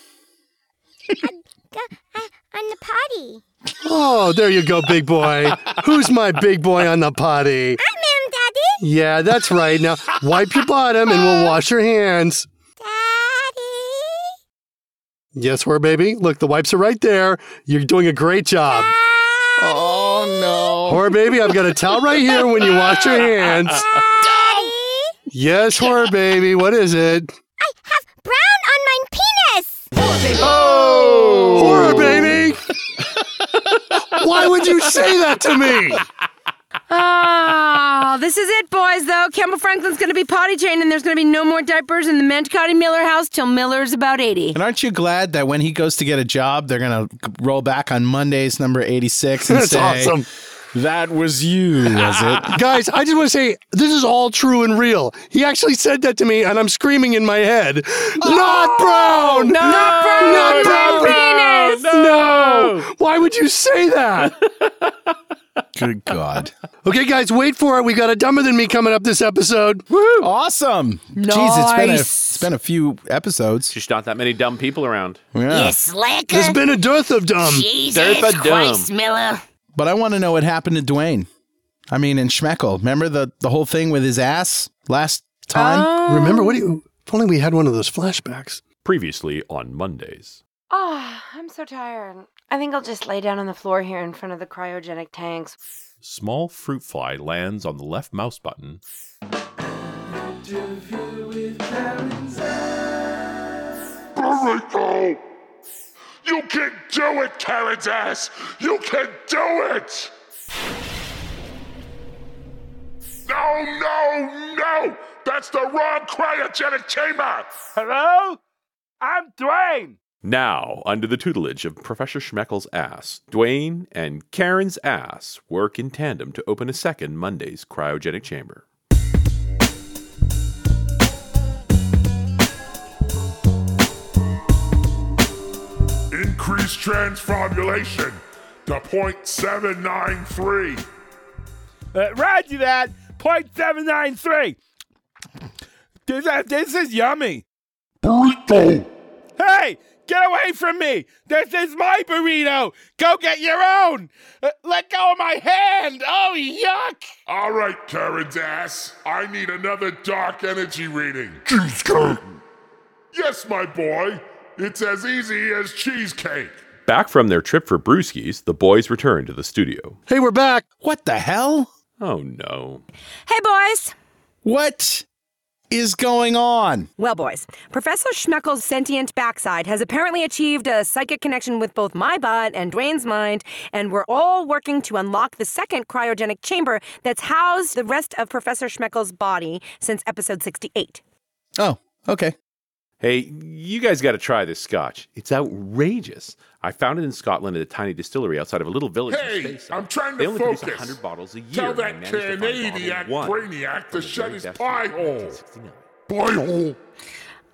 Speaker 9: Go uh, on the potty.
Speaker 2: Oh, there you go, big boy. Who's my big boy on the potty?
Speaker 9: I'm in, Daddy.
Speaker 2: Yeah, that's right. Now wipe your bottom and we'll wash your hands.
Speaker 9: Daddy.
Speaker 2: Yes, horror baby. Look, the wipes are right there. You're doing a great job.
Speaker 10: Oh
Speaker 2: Horror baby, I've got a towel right here when you wash your hands.
Speaker 9: Daddy.
Speaker 2: Yes, horror baby. What is it?
Speaker 9: I have brown on my penis.
Speaker 2: Oh. Horror baby. Why would you say that to me?
Speaker 3: Oh, this is it, boys, though. Campbell Franklin's going to be potty trained, and there's going to be no more diapers in the Mangicotti Miller house till Miller's about 80.
Speaker 5: And aren't you glad that when he goes to get a job, they're going to roll back on Monday's number 86 and
Speaker 2: That's
Speaker 5: say,
Speaker 2: awesome.
Speaker 5: That was you, was it?
Speaker 2: Guys, I just want to say this is all true and real. He actually said that to me, and I'm screaming in my head. Not brown!
Speaker 3: Oh,
Speaker 2: No,
Speaker 3: Not brown on
Speaker 2: brown!
Speaker 3: my penis!
Speaker 2: No! Why would you say that?
Speaker 5: Good God.
Speaker 2: okay, guys, wait for it. We got a dumber than me coming up this episode.
Speaker 5: Awesome. Jeez, it's been, a,
Speaker 3: Nice.
Speaker 5: it's been a few episodes.
Speaker 10: Just not that many dumb people around.
Speaker 5: Yeah.
Speaker 2: There's been a dearth of dumb.
Speaker 10: They're the dumb.
Speaker 5: But I want to know what happened to Dwayne. I mean, in Schmeckel. Remember the, the whole thing with his ass last time?
Speaker 2: Remember, what do you. If only we had one of those flashbacks.
Speaker 10: Previously on Mondays.
Speaker 3: Oh, I'm so tired. I think I'll just lay down on the floor here in front of the cryogenic tanks.
Speaker 10: Small fruit fly lands on the left mouse button.
Speaker 1: Burrito! You can do it, Karen's ass! You can do it! No, no, no! That's the wrong cryogenic chamber!
Speaker 11: Hello? I'm Dwayne.
Speaker 6: Now, under the tutelage of Professor Schmeckel's ass, Dwayne and Karen's ass work in tandem to open a second Monday's cryogenic chamber.
Speaker 1: Increased transformulation to 0.793.
Speaker 12: Uh, roger that. 0.793. This, uh, this is yummy.
Speaker 1: Burrito!
Speaker 12: Hey, get away from me. This is my burrito. Go get your own. Uh, let go of my hand. Oh, yuck.
Speaker 1: All right, Karen's ass. I need another dark energy reading. Juice curtain. Yes, my boy. It's as easy as cheesecake.
Speaker 4: Back from their trip for brewskis, the boys return to the studio.
Speaker 2: Hey, we're back.
Speaker 5: What the hell?
Speaker 4: Oh no.
Speaker 3: Hey, boys.
Speaker 5: What is going on?
Speaker 3: Well, boys, Professor Schmeckel's sentient backside has apparently achieved a psychic connection with both my bot and Dwayne's mind, and we're all working to unlock the second cryogenic chamber that's housed the rest of Professor Schmeckel's body since episode 68.
Speaker 5: Oh, okay.
Speaker 4: Hey, you guys got to try this scotch. It's outrageous. I found it in Scotland at a tiny distillery outside of a little village. in
Speaker 1: Hey,
Speaker 4: Speyside.
Speaker 1: I'm trying
Speaker 4: They
Speaker 1: to
Speaker 4: only produce
Speaker 1: focus.
Speaker 4: 100 bottles a year.
Speaker 1: Tell
Speaker 4: and I
Speaker 1: that
Speaker 4: managed to find
Speaker 1: Canadiac
Speaker 4: bottle one
Speaker 1: brainiac
Speaker 4: from
Speaker 1: to
Speaker 4: the
Speaker 1: shut
Speaker 4: very
Speaker 1: his
Speaker 4: best
Speaker 1: pie
Speaker 4: year,
Speaker 1: hole.
Speaker 4: 1969.
Speaker 1: Boy hole.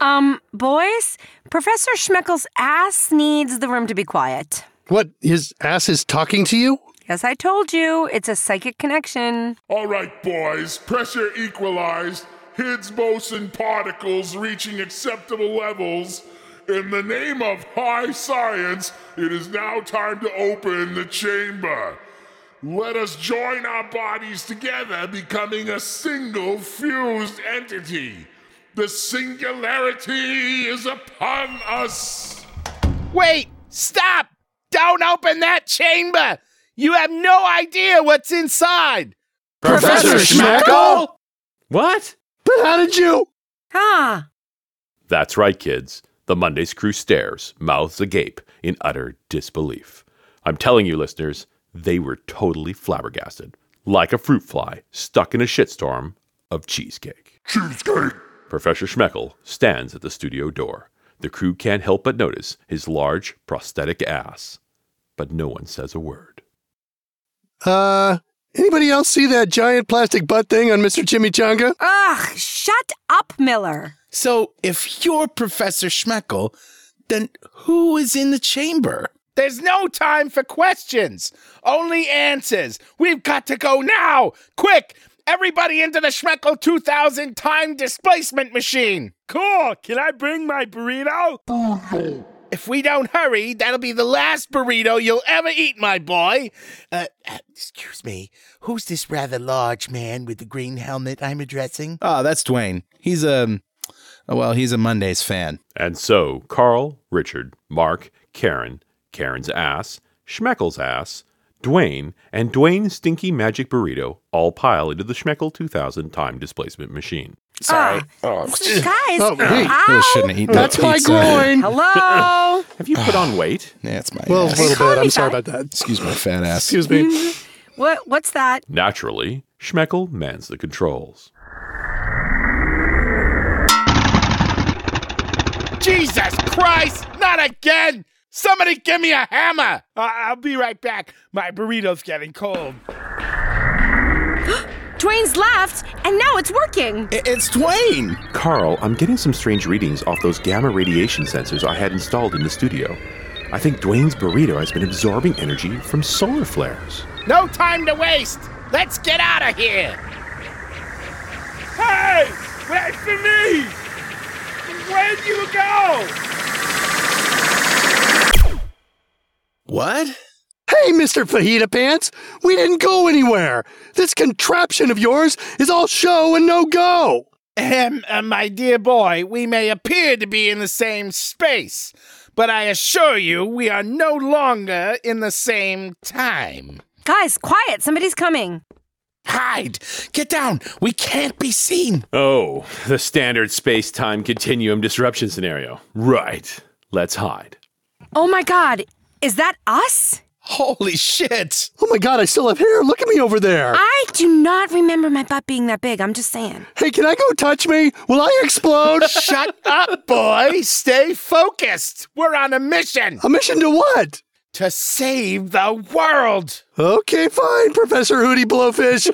Speaker 3: Um, boys, Professor Schmeckel's ass needs the room to be quiet.
Speaker 2: What? His ass is talking to you?
Speaker 3: Yes, I told you, it's a psychic connection.
Speaker 1: All right, boys. Pressure equalized. Higgs boson particles reaching acceptable levels. In the name of high science, it is now time to open the chamber. Let us join our bodies together, becoming a single fused entity. The singularity is upon us.
Speaker 7: Wait, stop! Don't open that chamber! You have no idea what's inside!
Speaker 2: Professor Schmeckel?
Speaker 4: What?
Speaker 2: But how did you?
Speaker 3: Ah,
Speaker 4: That's right, kids. The Monday's crew stares, mouths agape, in utter disbelief. I'm telling you, listeners, they were totally flabbergasted, like a fruit fly stuck in a shitstorm of cheesecake.
Speaker 1: Cheesecake.
Speaker 4: Professor Schmeckel stands at the studio door. The crew can't help but notice his large prosthetic ass, but no one says a word.
Speaker 2: Uh, anybody else see that giant plastic butt thing on Mr. Chimichanga?
Speaker 3: ugh, shut up, Miller.
Speaker 5: So, if you're Professor Schmeckel, then who is in the chamber?
Speaker 7: There's no time for questions, only answers. We've got to go now! Quick! Everybody into the Schmeckel 2000 time displacement machine!
Speaker 12: Cool. Can I bring my burrito?
Speaker 7: If we don't hurry, that'll be the last burrito you'll ever eat, my boy. Uh, uh, excuse me, who's this rather large man with the green helmet I'm addressing?
Speaker 5: Oh, that's Dwayne. He's a, well, he's a Mondays fan.
Speaker 4: And so, Carl, Richard, Mark, Karen, Karen's ass, Schmeckel's ass, Dwayne, and Dwayne's stinky magic burrito all pile into the Schmeckel 2000 time displacement machine.
Speaker 3: Sorry. Guys,
Speaker 2: Oh, hey.
Speaker 3: ow.
Speaker 5: Really shouldn't have eaten that
Speaker 2: That's my
Speaker 5: pizza.
Speaker 2: groin.
Speaker 3: Hello.
Speaker 4: Have you put on weight?
Speaker 5: Yeah, it's my
Speaker 2: Well, a
Speaker 5: ass.
Speaker 2: little bit. I'm
Speaker 3: me
Speaker 2: sorry
Speaker 3: fat.
Speaker 2: about that.
Speaker 5: Excuse my fat ass.
Speaker 2: Excuse me.
Speaker 3: what? What's that?
Speaker 4: Naturally, Schmeckel mans the controls.
Speaker 7: Jesus Christ, not again! Somebody give me a hammer!
Speaker 12: I- I'll be right back. My burrito's getting cold.
Speaker 3: Dwayne's left, and now it's working.
Speaker 5: I- It's Dwayne.
Speaker 4: Carl, I'm getting some strange readings off those gamma radiation sensors I had installed in the studio. I think Dwayne's burrito has been absorbing energy from solar flares.
Speaker 7: No time to waste! Let's get out of here!
Speaker 12: Hey, wait for me. Where'd you go?
Speaker 5: What?
Speaker 2: Hey, Mr. Fajita Pants, we didn't go anywhere. This contraption of yours is all show and no go.
Speaker 7: Ahem, uh, my dear boy, we may appear to be in the same space, but I assure you we are no longer in the same time.
Speaker 3: Guys, quiet. Somebody's coming.
Speaker 5: Hide. Get down. We can't be seen.
Speaker 4: Oh, the standard space time continuum disruption scenario. Right. Let's hide.
Speaker 3: Oh my God. Is that us?
Speaker 5: Holy shit.
Speaker 2: Oh my God, I still have hair. Look at me over there.
Speaker 3: I do not remember my butt being that big. I'm just saying.
Speaker 2: Hey, can I go touch me? Will I explode?
Speaker 7: Shut up, boy! Stay focused! We're on a mission
Speaker 2: A mission to what?
Speaker 7: to save the world!
Speaker 2: Okay, fine, Professor Hootie Blowfish.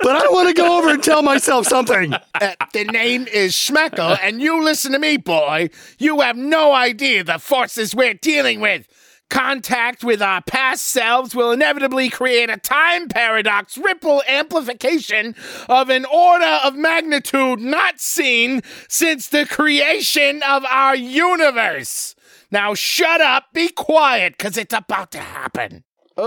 Speaker 2: but I want to go over and tell myself something.
Speaker 7: Uh, the name is Schmeckel, and you listen to me, boy. You have no idea the forces we're dealing with. Contact with our past selves will inevitably create a time paradox ripple amplification of an order of magnitude not seen since the creation of our universe. Now shut up, be quiet, because it's about to happen.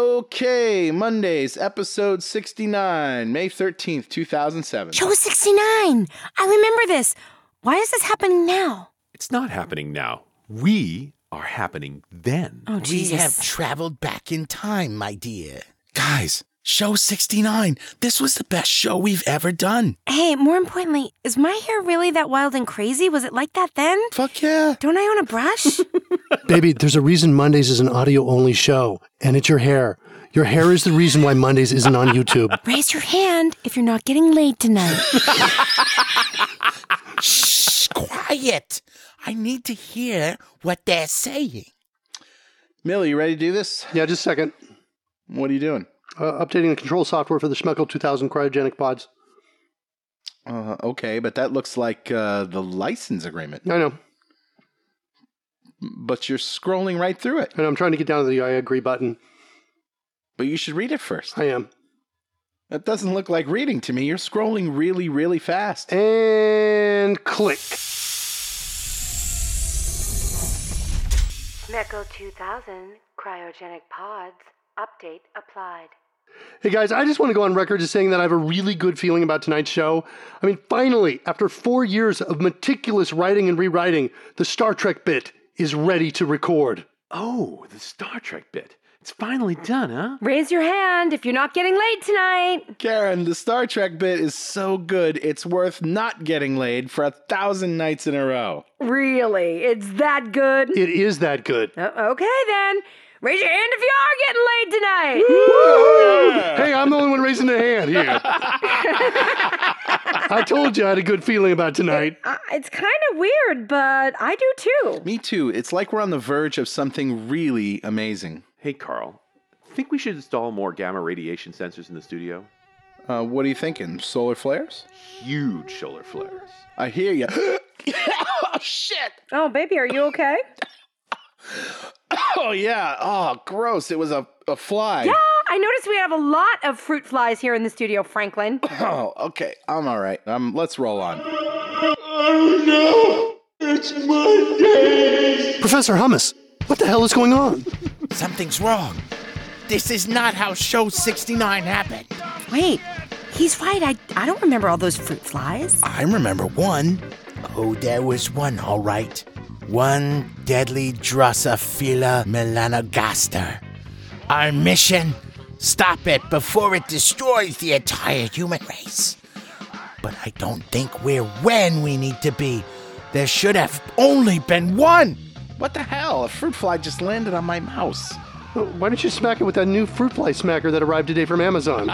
Speaker 5: Okay, Mondays, episode 69, May 13th, 2007.
Speaker 3: Joe 69. I remember this. Why is this happening now?
Speaker 10: It's not happening now. We are happening then.
Speaker 3: Oh, Jesus.
Speaker 7: traveled back in time, my dear.
Speaker 5: Guys, show 69. This was the best show we've ever done.
Speaker 3: Hey, more importantly, is my hair really that wild and crazy? Was it like that then?
Speaker 5: Fuck yeah.
Speaker 3: Don't I own a brush?
Speaker 2: Baby, there's a reason Mondays is an audio only show, and it's your hair. Your hair is the reason why Mondays isn't on YouTube.
Speaker 3: Raise your hand if you're not getting laid tonight.
Speaker 7: Shh, quiet. I need to hear what they're saying.
Speaker 5: Millie, you ready to do this?
Speaker 2: Yeah, just a second.
Speaker 5: What are you doing?
Speaker 2: Uh, updating the control software for the Schmeckel 2000 cryogenic pods.
Speaker 5: Uh, okay, but that looks like uh, the license agreement.
Speaker 2: I know.
Speaker 5: But you're scrolling right through it.
Speaker 2: And I'm trying to get down to the I agree button.
Speaker 5: But you should read it first.
Speaker 2: I am.
Speaker 5: That doesn't look like reading to me. You're scrolling really, really fast.
Speaker 2: And click.
Speaker 13: Meco 2000 cryogenic pods update applied.
Speaker 2: Hey guys, I just want to go on record as saying that I have a really good feeling about tonight's show. I mean, finally, after four years of meticulous writing and rewriting, the Star Trek bit is ready to record.
Speaker 10: Oh, the Star Trek bit. It's finally done, huh?
Speaker 3: Raise your hand if you're not getting laid tonight.
Speaker 5: Karen, the Star Trek bit is so good, it's worth not getting laid for a thousand nights in a row.
Speaker 3: Really? It's that good?
Speaker 2: It is that good.
Speaker 3: Uh, okay then. Raise your hand if you are getting laid tonight.
Speaker 2: Hey, I'm the only one raising the hand here. I told you I had a good feeling about tonight.
Speaker 3: Uh, it's kind of weird, but I do too.
Speaker 5: Me too. It's like we're on the verge of something really amazing.
Speaker 4: Hey, Carl, think we should install more gamma radiation sensors in the studio?
Speaker 5: Uh, what are you thinking? Solar flares?
Speaker 10: Huge solar flares.
Speaker 5: I hear you.
Speaker 7: oh, shit.
Speaker 3: Oh, baby, are you okay?
Speaker 5: Oh, yeah. Oh, gross. It was a, a fly.
Speaker 3: yeah, I noticed we have a lot of fruit flies here in the studio, Franklin.
Speaker 5: Oh, okay. I'm all right. Um, let's roll on.
Speaker 2: Professor Hummus, what the hell is going on?
Speaker 7: Something's wrong. This is not how show 69 happened.
Speaker 3: Wait, he's right. I, I don't remember all those fruit flies.
Speaker 7: I remember one. Oh, there was one, all right. One deadly Drosophila melanogaster. Our mission? Stop it before it destroys the entire human race. But I don't think we're when we need to be. There should have only been one.
Speaker 5: What the hell? A fruit fly just landed on my mouse.
Speaker 2: Uh, Why don't you smack it with that new fruit fly smacker that arrived today from Amazon?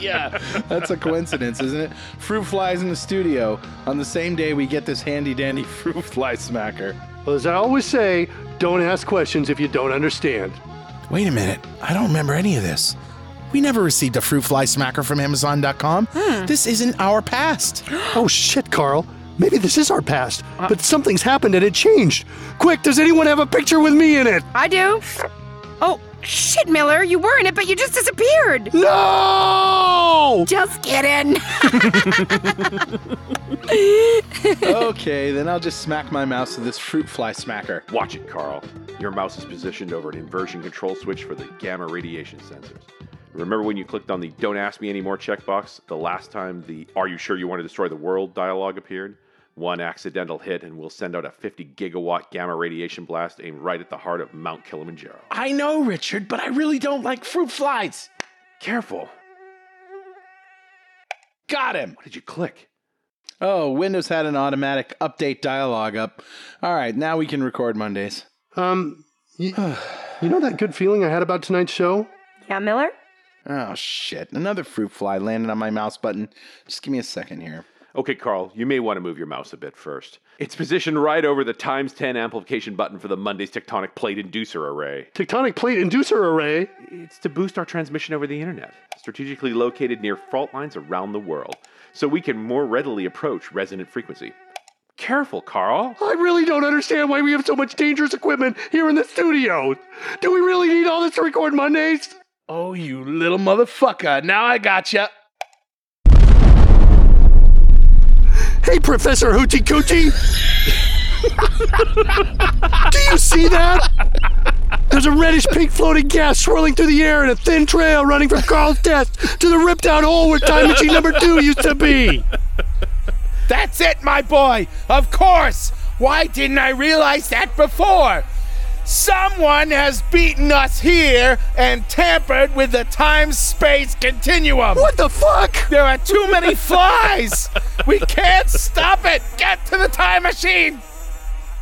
Speaker 5: yeah, that's a coincidence, isn't it? Fruit flies in the studio on the same day we get this handy dandy fruit fly smacker.
Speaker 2: Well, as I always say, don't ask questions if you don't understand.
Speaker 5: Wait a minute.
Speaker 7: I don't remember any of this. We never received a fruit fly smacker from Amazon.com.
Speaker 5: Hmm.
Speaker 7: This isn't our past.
Speaker 2: Oh shit, Carl. Maybe this is our past, but something's happened and it changed. Quick, does anyone have a picture with me in it?
Speaker 3: I do. Oh, shit, Miller, you were in it, but you just disappeared.
Speaker 2: No!
Speaker 3: Just kidding.
Speaker 5: okay, then I'll just smack my mouse with this fruit fly smacker.
Speaker 4: Watch it, Carl. Your mouse is positioned over an inversion control switch for the gamma radiation sensors. Remember when you clicked on the Don't Ask Me Anymore checkbox the last time the Are You Sure You Want to Destroy the World dialogue appeared? One accidental hit, and we'll send out a 50 gigawatt gamma radiation blast aimed right at the heart of Mount Kilimanjaro.
Speaker 5: I know, Richard, but I really don't like fruit flies.
Speaker 4: Careful.
Speaker 5: Got him.
Speaker 4: What did you click?
Speaker 5: Oh, Windows had an automatic update dialog up. All right, now we can record Mondays.
Speaker 2: Um, you, you know that good feeling I had about tonight's show?
Speaker 3: yeah, Miller?
Speaker 5: Oh, shit. Another fruit fly landed on my mouse button. Just give me a second here.
Speaker 4: Okay, Carl, you may want to move your mouse a bit first. It's positioned right over the times 10 amplification button for the Monday's tectonic plate inducer array.
Speaker 2: Tectonic plate inducer array.
Speaker 4: It's to boost our transmission over the internet, strategically located near fault lines around the world, so we can more readily approach resonant frequency.
Speaker 14: Careful, Carl.
Speaker 2: I really don't understand why we have so much dangerous equipment here in the studio. Do we really need all this to record Mondays?
Speaker 15: Oh, you little motherfucker. Now I gotcha.
Speaker 2: Hey, Professor Hoochie Coochie. Do you see that? There's a reddish pink floating gas swirling through the air in a thin trail running from Carl's desk to the ripped out hole where time machine number two used to be.
Speaker 7: That's it, my boy. Of course. Why didn't I realize that before? Someone has beaten us here and tampered with the time space continuum.
Speaker 2: What the fuck?
Speaker 7: There are too many flies. we can't stop it. Get to the time machine.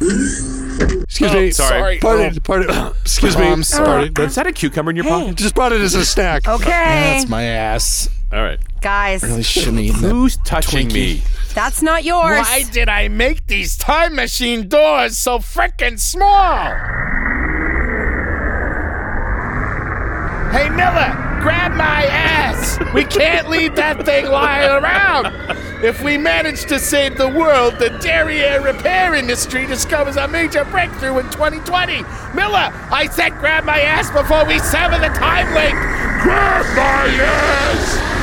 Speaker 2: Excuse me.
Speaker 7: sorry. Oh.
Speaker 2: Pardon. Pardon. Excuse me.
Speaker 5: I'm sorry. That's
Speaker 14: Is that a cucumber in your pocket?
Speaker 2: Just brought it as a snack.
Speaker 3: Okay,
Speaker 7: Oh.
Speaker 5: that's my ass.
Speaker 14: All right.
Speaker 3: guys,
Speaker 5: Really shouldn't have eaten that.
Speaker 14: Who's touching me?
Speaker 3: that's not yours.
Speaker 7: Why did I make these time machine doors so frickin' small? Hey, Miller, grab my ass! We can't leave that thing lying around! If we manage to save the world, the derriere repair industry discovers a major breakthrough in 2020. Miller, I said grab my ass before we sever the time link!
Speaker 16: Grab my ass!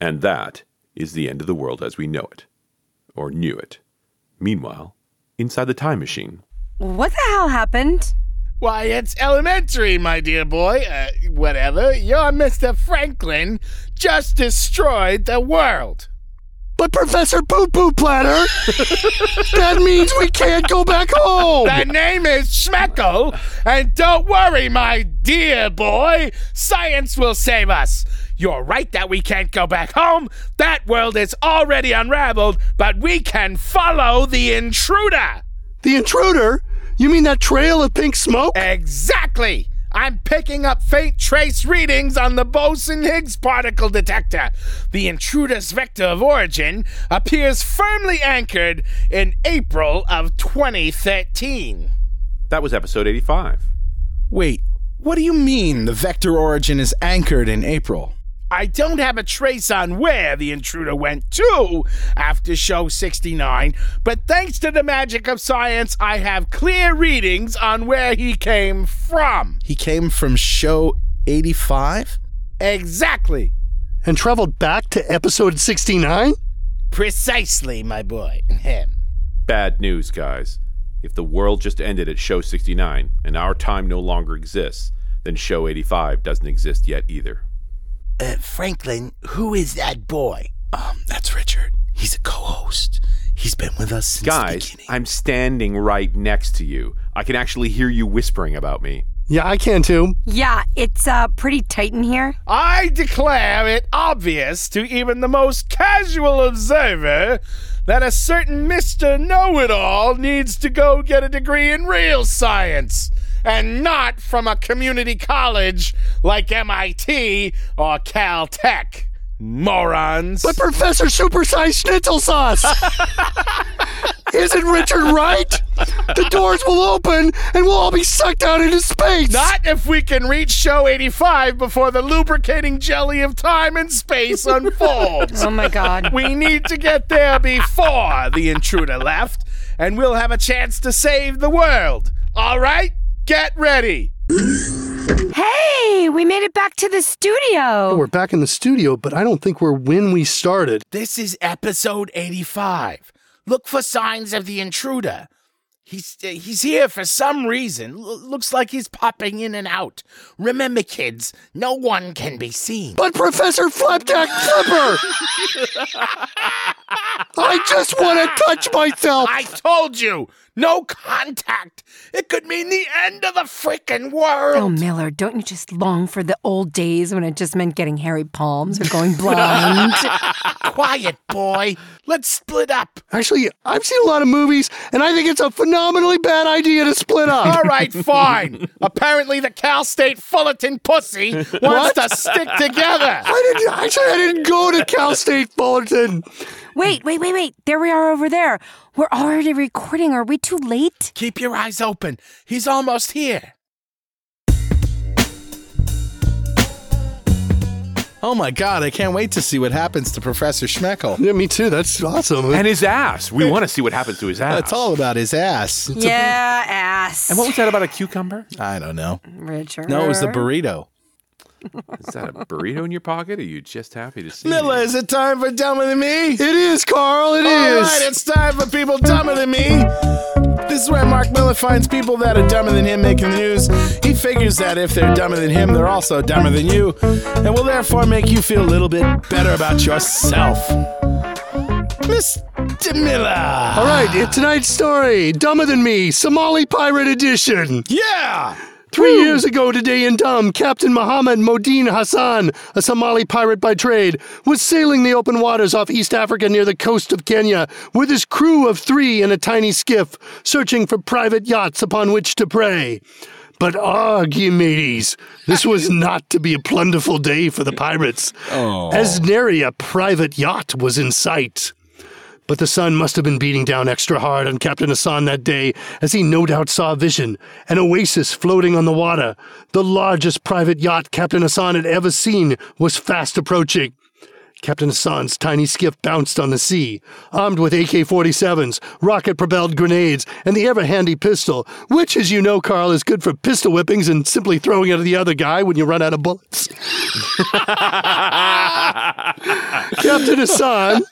Speaker 4: And that is the end of the world as we know it, or knew it. Meanwhile, inside the time machine,
Speaker 3: What the hell happened?
Speaker 7: Why, it's elementary, my dear boy. Uh, whatever. Your Mr. Franklin just destroyed the world.
Speaker 2: But Professor Poo Poo Platter, that means we can't go back home.
Speaker 7: The name is Schmeckle, and don't worry, my dear boy. Science will save us. You're right that we can't go back home. That world is already unraveled, but we can follow the intruder.
Speaker 2: The intruder? You mean that trail of pink smoke?
Speaker 7: Exactly! I'm picking up faint trace readings on the Boson Higgs particle detector. The intruder's vector of origin appears firmly anchored in April of 2013.
Speaker 4: that was episode 85.
Speaker 5: Wait, what do you mean the vector origin is anchored in April?
Speaker 7: I don't have a trace on where the intruder went to after show 69, but thanks to the magic of science, I have clear readings on where he came from.
Speaker 5: He came from show 85?
Speaker 7: Exactly.
Speaker 2: And traveled back to episode 69?
Speaker 7: Precisely, my boy. Him.
Speaker 4: Bad news, guys. If the world just ended at show 69 and our time no longer exists, then show 85 doesn't exist yet either.
Speaker 7: Uh, Franklin, who is that boy?
Speaker 5: Um, that's Richard. He's a co host. He's been with us since
Speaker 4: Guys, I'm standing right next to you. I can actually hear you whispering about me.
Speaker 2: Yeah, I can too.
Speaker 3: Yeah, it's uh pretty tight in here.
Speaker 7: I declare it obvious to even the most casual observer that a certain Mr. Know It All needs to go get a degree in real science and not from a community college like MIT or Caltech. Morons.
Speaker 2: But Professor Supersized Schnitzel Sauce! Isn't Richard right? The doors will open and we'll all be sucked out into space!
Speaker 7: Not if we can reach show 85 before the lubricating jelly of time and space unfolds.
Speaker 3: Oh my god.
Speaker 7: We need to get there before the intruder left, and we'll have a chance to save the world. All right? Get ready.
Speaker 3: hey, we made it back to the studio.
Speaker 2: We're back in the studio, but I don't think we're when we started.
Speaker 7: This is episode 85. Look for signs of the intruder. He's uh, he's here for some reason. L- looks like he's popping in and out. Remember kids, no one can be seen.
Speaker 2: But Professor Flapjack Flipper! I just want to touch myself!
Speaker 7: I told you, no contact. It could mean the end of the freaking world.
Speaker 3: Oh, Miller, don't you just long for the old days when it just meant getting hairy palms or going blind?
Speaker 7: Quiet, boy. Let's split up.
Speaker 2: Actually, I've seen a lot of movies, and I think it's a phenomenally bad idea to split up.
Speaker 7: All right, fine. Apparently, the Cal State Fullerton pussy wants to stick together.
Speaker 2: I didn't. Actually, I didn't go to Cal State Fullerton.
Speaker 3: wait, wait, wait, wait. There we are over there. We're already recording. Are we too late?
Speaker 7: Keep your eyes open. He's almost here.
Speaker 5: Oh my god, I can't wait to see what happens to Professor Schmeckel.
Speaker 2: Yeah, me too. That's awesome.
Speaker 4: And his ass. We want to see what happens to his ass.
Speaker 5: It's all about his ass. It's a-
Speaker 3: yeah, ass.
Speaker 4: And what was that about a cucumber?
Speaker 5: I don't know.
Speaker 3: Richard.
Speaker 5: No, it was the burrito.
Speaker 4: Is that a burrito in your pocket? Or are you just happy to see
Speaker 5: Miller, is it time for Dumber Than Me?
Speaker 2: It is, Carl. It is.
Speaker 5: All right, it's time for people dumber than me. This is where Mark Miller finds people that are dumber than him making the news. He figures that if they're dumber than him, they're also dumber than you, and will therefore make you feel a little bit better about yourself. Mr. Miller.
Speaker 2: All right, it's tonight's story, Dumber Than Me, Somali Pirate Edition.
Speaker 5: Yeah.
Speaker 2: Three years ago today in Dum, Captain Mohammed Modine Hassan, a Somali pirate by trade, was sailing the open waters off East Africa near the coast of Kenya with his crew of three in a tiny skiff, searching for private yachts upon which to prey. But ugh, ye mateys, this was not to be a plunderful day for the pirates, as nary a private yacht was in sight. But the sun must have been beating down extra hard on Captain Hassan that day, as he no doubt saw a vision, an oasis floating on the water. The largest private yacht Captain Hassan had ever seen was fast approaching. Captain Hassan's tiny skiff bounced on the sea, armed with AK 47s, rocket propelled grenades, and the ever handy pistol, which, as you know, Carl, is good for pistol whippings and simply throwing it at the other guy when you run out of bullets. Captain Hassan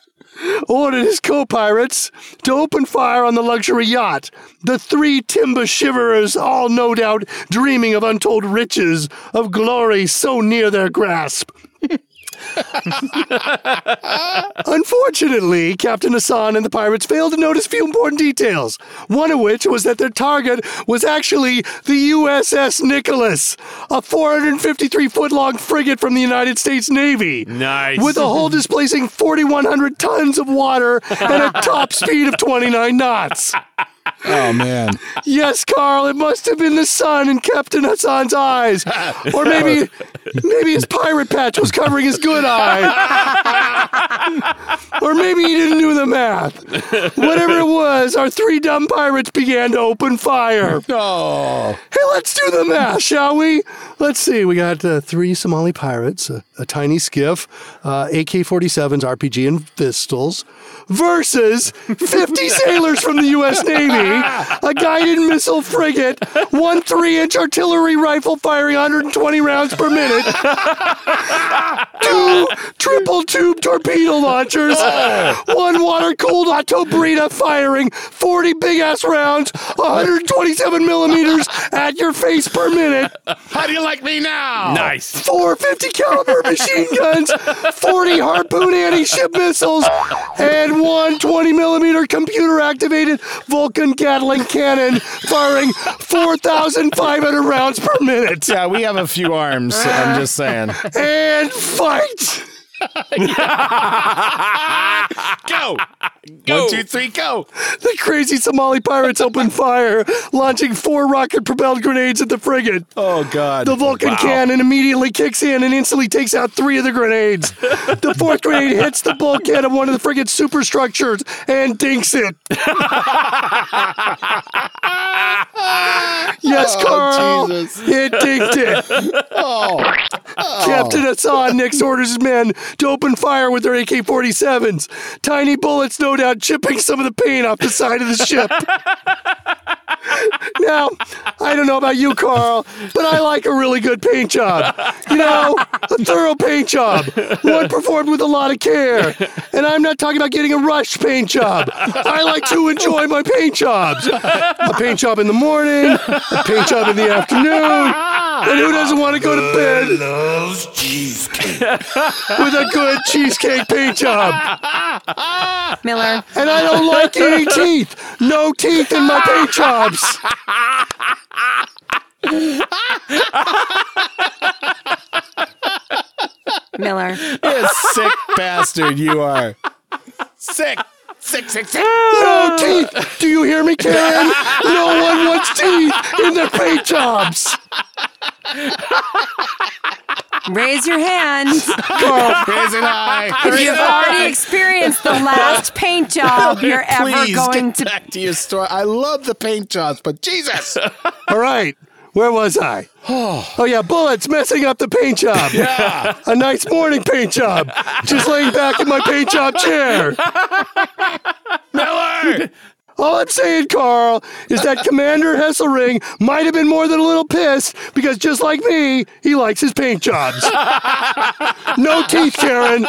Speaker 2: ordered his co pirates to open fire on the luxury yacht. The three timber shiverers, all no doubt dreaming of untold riches, of glory so near their grasp. Unfortunately, Captain Hassan and the pirates failed to notice a few important details. One of which was that their target was actually the USS Nicholas, a 453 foot long frigate from the United States Navy.
Speaker 4: Nice.
Speaker 2: With a hull displacing 4,100 tons of water and a top speed of 29 knots.
Speaker 5: Oh man.
Speaker 2: Yes, Carl, it must have been the sun in Captain Hassan's eyes. Or maybe maybe his pirate patch was covering his good eye. or maybe he didn't do the math. Whatever it was, our three dumb pirates began to open fire.
Speaker 5: Oh.
Speaker 2: Hey, let's do the math, shall we? Let's see. We got uh, three Somali pirates, a, a tiny skiff, uh, AK 47s, RPG, and pistols, versus 50 sailors from the U.S. Navy, a guided missile frigate, one three inch artillery rifle firing 120 rounds per minute, two triple tube torpedo launchers, one water cooled autoburita firing 40 big ass rounds, 127 millimeters at your face per minute,
Speaker 11: How do you like me now?
Speaker 4: Nice.
Speaker 2: four 50 caliber machine guns, 40 harpoon anti ship missiles, and one 20 millimeter computer activated Vulcan Gatling cannon firing 4,500 rounds per minute.
Speaker 5: Yeah, we have a few arms, I'm just saying.
Speaker 2: And fight!
Speaker 11: Go. go. One, two, three, go.
Speaker 2: The crazy Somali pirates opened fire, launching four rocket propelled grenades at the frigate.
Speaker 5: Oh god.
Speaker 2: The Vulcan cannon immediately kicks in and instantly takes out three of the grenades. The fourth grenade hits the bulkhead of one of the frigate's superstructures and dinks it. yes,
Speaker 5: Oh,
Speaker 2: Carl.
Speaker 5: Jesus. Oh.
Speaker 2: It dinked it. Captain Hassan next orders his men to open fire with their AK 47s. Tiny bullets, no doubt, chipping some of the paint off the side of the ship. Now, I don't know about you, Carl, but I like a really good paint job. You know, a thorough paint job, one performed with a lot of care. And I'm not talking about getting a rush paint job. I like to enjoy my paint jobs. A paint job in the morning, a paint job in the afternoon. And who doesn't want to go to bed? Loves cheesecake. With a good cheesecake paint job.
Speaker 3: Miller.
Speaker 2: And I don't like any teeth. No teeth in my paint jobs.
Speaker 3: Miller.
Speaker 5: You sick bastard you are.
Speaker 11: Sick. Sick, sick, sick.
Speaker 2: No teeth. Do you hear me, Karen? No one wants teeth in their paint jobs.
Speaker 3: Raise your hand if
Speaker 11: Raise it high.
Speaker 3: you've already experienced the last paint job you're ever
Speaker 5: Please
Speaker 3: going
Speaker 5: get
Speaker 3: to.
Speaker 5: back to your story. I love the paint jobs, but Jesus.
Speaker 2: All right. Where was I? oh yeah, bullets messing up the paint job. Yeah. A nice morning paint job. Just laying back in my paint job chair.
Speaker 11: Miller!
Speaker 2: All I'm saying, Carl, is that Commander Hesselring might have been more than a little pissed because just like me, he likes his paint jobs. no teeth, Karen.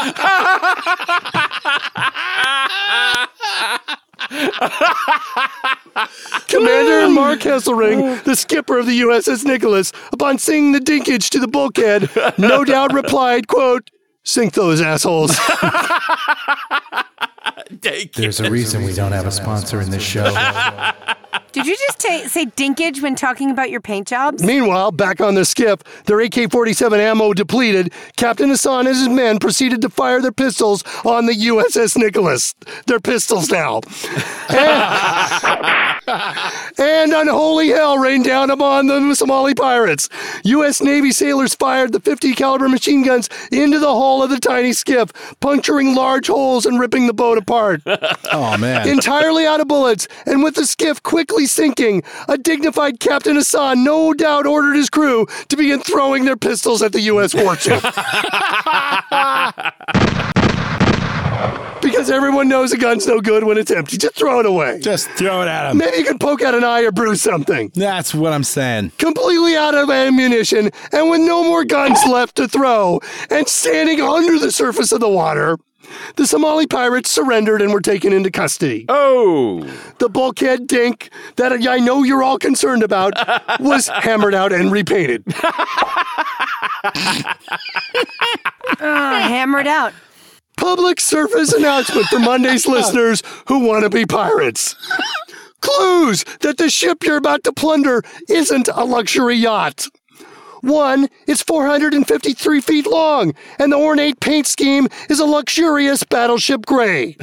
Speaker 2: Commander Mark Hesselring, the skipper of the USS Nicholas, upon seeing the dinkage to the bulkhead, no doubt replied, quote, Sink those assholes.
Speaker 17: There's a reason we don't have a sponsor in this show.
Speaker 3: Did you just ta- say dinkage when talking about your paint jobs?
Speaker 2: Meanwhile, back on the skip, their AK 47 ammo depleted, Captain Hassan and his men proceeded to fire their pistols on the USS Nicholas. Their pistols now. And, and unholy hell rained down upon the Somali pirates. U.S. Navy sailors fired the 50 caliber machine guns into the hull of the tiny skiff, puncturing large holes and ripping the boat apart.
Speaker 5: Oh man.
Speaker 2: Entirely out of bullets, and with the skiff quickly sinking, a dignified Captain Hassan no doubt ordered his crew to begin throwing their pistols at the U.S. warship. because everyone knows a gun's no good when it's empty. Just throw it away.
Speaker 5: Just throw it at him.
Speaker 2: Maybe you can poke out an eye or brew something.
Speaker 5: That's what I'm saying.
Speaker 2: Completely out of ammunition and with no more guns left to throw, and standing under the surface of the water. The Somali pirates surrendered and were taken into custody.
Speaker 4: Oh,
Speaker 2: The bulkhead dink that I know you're all concerned about was hammered out and repainted.
Speaker 3: Ah, hammered out.
Speaker 2: Public service announcement for Monday's listeners who want to be pirates. Clues that the ship you're about to plunder isn't a luxury yacht. One, it's 453 feet long, and the ornate paint scheme is a luxurious battleship gray.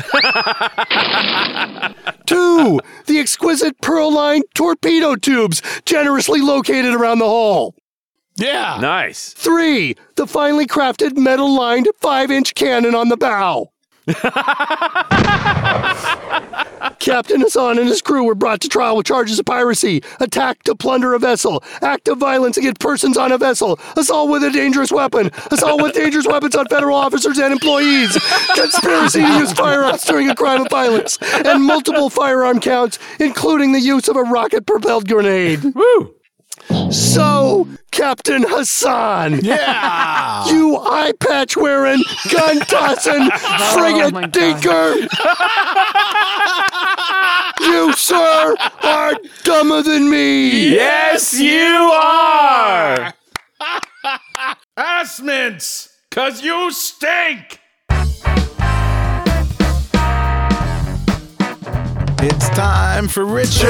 Speaker 2: Two, the exquisite pearl lined torpedo tubes generously located around the hull.
Speaker 5: Yeah.
Speaker 4: nice.
Speaker 2: Three, the finely crafted metal lined five inch cannon on the bow. Captain Hassan and his crew were brought to trial with charges of piracy, attack to plunder a vessel, act of violence against persons on a vessel, assault with a dangerous weapon, assault with dangerous weapons on federal officers and employees, conspiracy to use firearms during a crime of violence, and multiple firearm counts, including the use of a rocket propelled grenade.
Speaker 4: Woo.
Speaker 2: So, Captain Hassan.
Speaker 5: Yeah.
Speaker 2: You eye patch wearing, gun tossing,
Speaker 5: Oh
Speaker 2: frigate dinker. you, sir, are dumber than me.
Speaker 4: Yes, you are.
Speaker 11: Ass mints! Cause you stink!
Speaker 5: It's time for Richard,